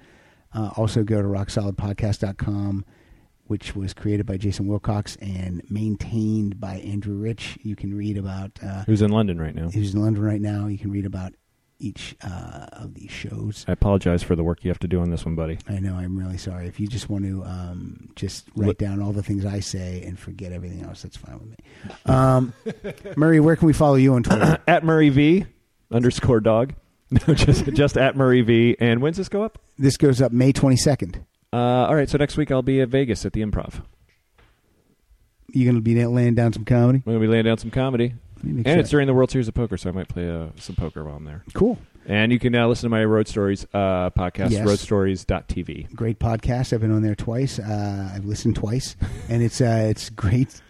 Uh, also go to rocksolidpodcast.com, which was created by Jason Wilcox and maintained by Andrew Rich. You can read about uh,
Who's in London right now?
who's in London right now. You can read about each uh, of these shows.
I apologize for the work you have to do on this one, buddy.
I know. I'm really sorry. If you just want to um, just write
Look-
down all the things I say and forget everything else, that's fine with me. Um, Murray, where can we follow you on Twitter?
at Murray V underscore dog. No, just just at Murray V. And when's this go up?
this goes up May 22nd.
Uh, all right, so next week I'll be at Vegas at the Improv.
You going to be laying down some comedy?
I'm gonna be laying down some comedy,
me
and
make sure.
it's during the World Series of Poker, so I might play uh, some poker while I'm there.
Cool.
And you can uh, listen to my Road Stories uh, podcast,
Yes.
roadstories.tv.
Great podcast. I've been on there twice. Uh, I've listened twice, and it's uh, it's great.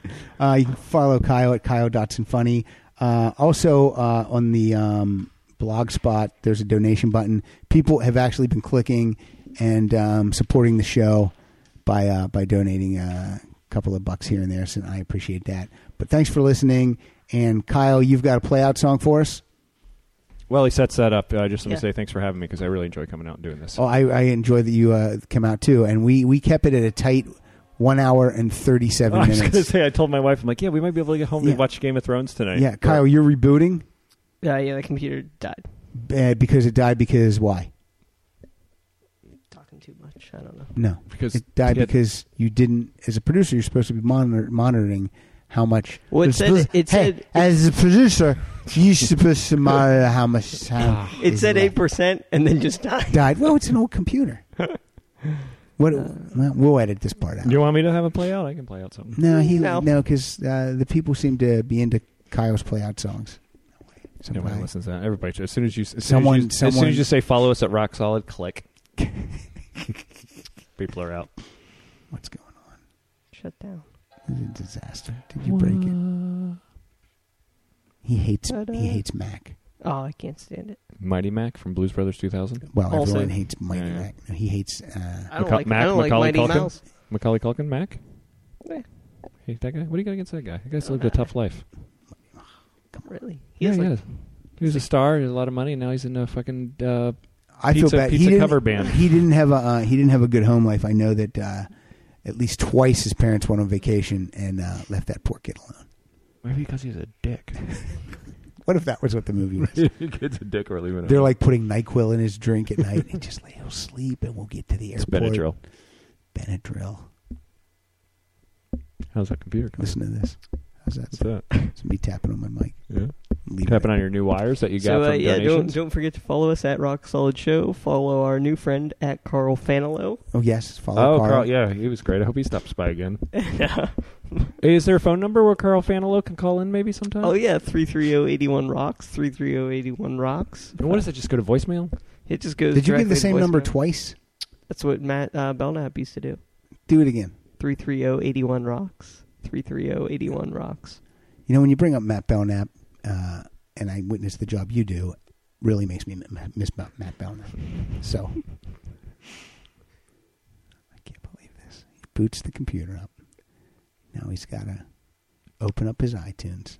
Uh, you can follow Kyle at Kyle Dotson Funny. Uh, also uh, on the um, blogspot, there's a donation button. People have actually been clicking and um, supporting the show by uh, by donating a couple of bucks here and there. So I appreciate that. But thanks for listening. And Kyle, you've got a play out song for us.
Well, he sets that up. I just want
Yeah.
to say thanks for having me because I really enjoy coming out and doing this.
Oh, I, I enjoy that you uh, come out too, and we we kept it at a tight one hour and thirty
Oh,
seven
I was
minutes.
going to say, I told my wife, I'm like, yeah, we might be able to get home
Yeah.
and watch Game of Thrones tonight.
yeah, Kyle, you're rebooting
Yeah, yeah, the computer died.
uh, because it died because why?
Talking too much. I don't know.
No,
Because
it died
he had-
because you didn't. As a producer, you're supposed to be monitor, monitoring how much.
Well, it
you're
said-
supposed-
it
hey,
said-
as a producer, you're supposed to monitor how much time.
Ah,
It
is
said
left.
eight percent and then just died.
died. Well, it's an old computer. What? well, we'll edit this part out.
Do you want me to have a play out? I can play out something.
No, he
No.
no, because uh, the people seem to be into Kyle's playout songs. So
Nobody
probably-
listens to that. Everybody, as soon as you, as soon as
Someone-
you, as soon
someone-
as you say follow us at Rock Solid, click. People are out.
what's going on?
Shut down.
This is a disaster. Did you break it? He hates he hates Mac.
Oh, I can't stand it.
Mighty Mac from Blues Brothers 2000.
Well,
Also-
everyone hates Mighty
Yeah, yeah.
Mac. No, he hates. Uh,
I don't
Maca-
like.
Mac-
I don't like
Macaulay
Mighty
Culkin?
Mouse.
Macaulay Culkin, Mac.
Eh.
Hey, that guy. What do you got against that guy? That guy's lived a tough life.
Really? Uh, He has
yeah,
like
yeah. He was a star. He had a lot of money, and now he's in a fucking. Uh,
I
pizza-
feel bad.
pizza
he didn't-
cover band.
He didn't have a uh, he didn't have a good home life. I know that uh, at least twice his parents went on vacation and uh, left that poor kid alone.
maybe because he's a dick.
What if that was what the movie was?
Kid's a dick, or leaving.
They're like putting Nyquil in his drink at night. and just like he'll sleep and we'll get to the
it's
airport.
Benadryl.
Benadryl.
How's that computer? coming?
Listen to this. How's that?
What's that?
Somebody tapping on my mic.
Yeah.
Leave
Tapping
it.
on your new wires that you got
So uh,
from
yeah, don't
donations.
don't forget to follow us at Rock Solid Show. Follow our new friend at Carl Fanilo.
Oh yes, follow
Oh,
Carl.
Carl, yeah, he was great. I hope he stops by again.
oh
Is there a phone number where Carl Fanilo can call in maybe sometime?
Oh,
Oh, yeah, three three zero eighty one rocks. Three three zero eighty one rocks.
And what does it just go to voicemail?
It just goes.
Did you give
directly
the
to
same number
voicemail.
twice?
That's what Matt uh, Belknap used to do.
Do it again.
Three three zero eighty one rocks. Three three zero eighty one rocks.
You know, when you bring up Matt Belknap, uh, and I witness the job you do, really makes me m- miss Ma- Matt Belknap. So, I can't believe this. He boots the computer up. Now he's got to open up his iTunes.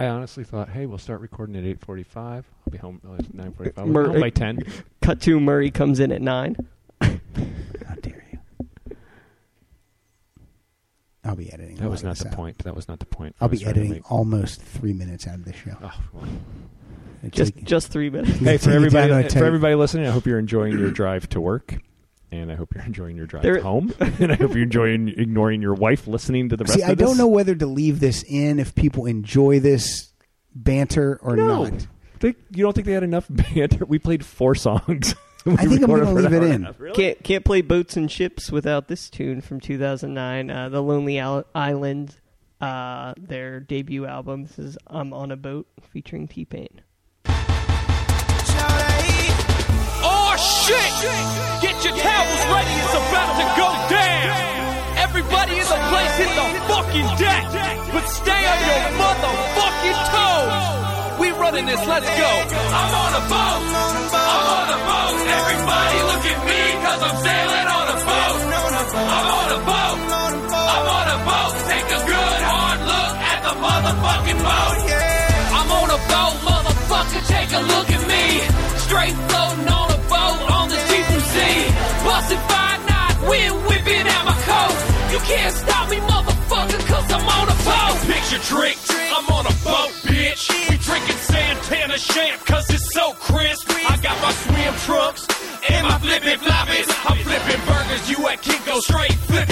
I honestly thought, hey, we'll start recording at eight forty-five. I'll be home at nine forty-five.
Mer-
Home by ten.
Cut to Murray comes in at nine.
How dare you? I'll be editing. a
That
lot
was
of
not
this
the
out.
point. That was not the point. I
I'll
was
be
trying to Oh,
editing
make-
almost three minutes out of this show.
Oh, well.
It's
Just
like-
just three minutes.
Hey, for
Take it
everybody,
down on tape.
for everybody listening, I hope you're enjoying your drive to work, and I hope you're enjoying your drive
There-
home, and I hope you're enjoying ignoring your wife listening to the rest
See,
of
I
this.
don't know whether to leave this in if people enjoy this banter or
No.
not.
Think, you don't think they had enough banter? We played four songs.
I think I'm going to leave it in.
Can't can't play boats and ships without this tune from 2009, uh, the Lonely Al- Island, uh, their debut album. This is "I'm on a Boat" featuring T Pain.
Oh shit! Get your towels ready, it's about to go down! Everybody in the place hit the fucking deck! But stay on your motherfucking toes! We running this, let's go! I'm on a boat! I'm on a boat! Everybody look at me, cause I'm sailing on a boat! I'm on a boat! I'm on a boat! Take a good hard look at the motherfucking boat! I'm on a boat, motherfucker, take a look at me! Straight floating on a boat on the deep blue sea! Busted five knot, wind whipping at my coat! You can't stop me, motherfucker, cause I'm on a boat! Picture trick, I'm on a boat, bitch! We drinking Santana champ, cause it's so crisp! I got my swim trunks and my flippin' floppies! I'm flipping burgers, you at Kinko, straight flipping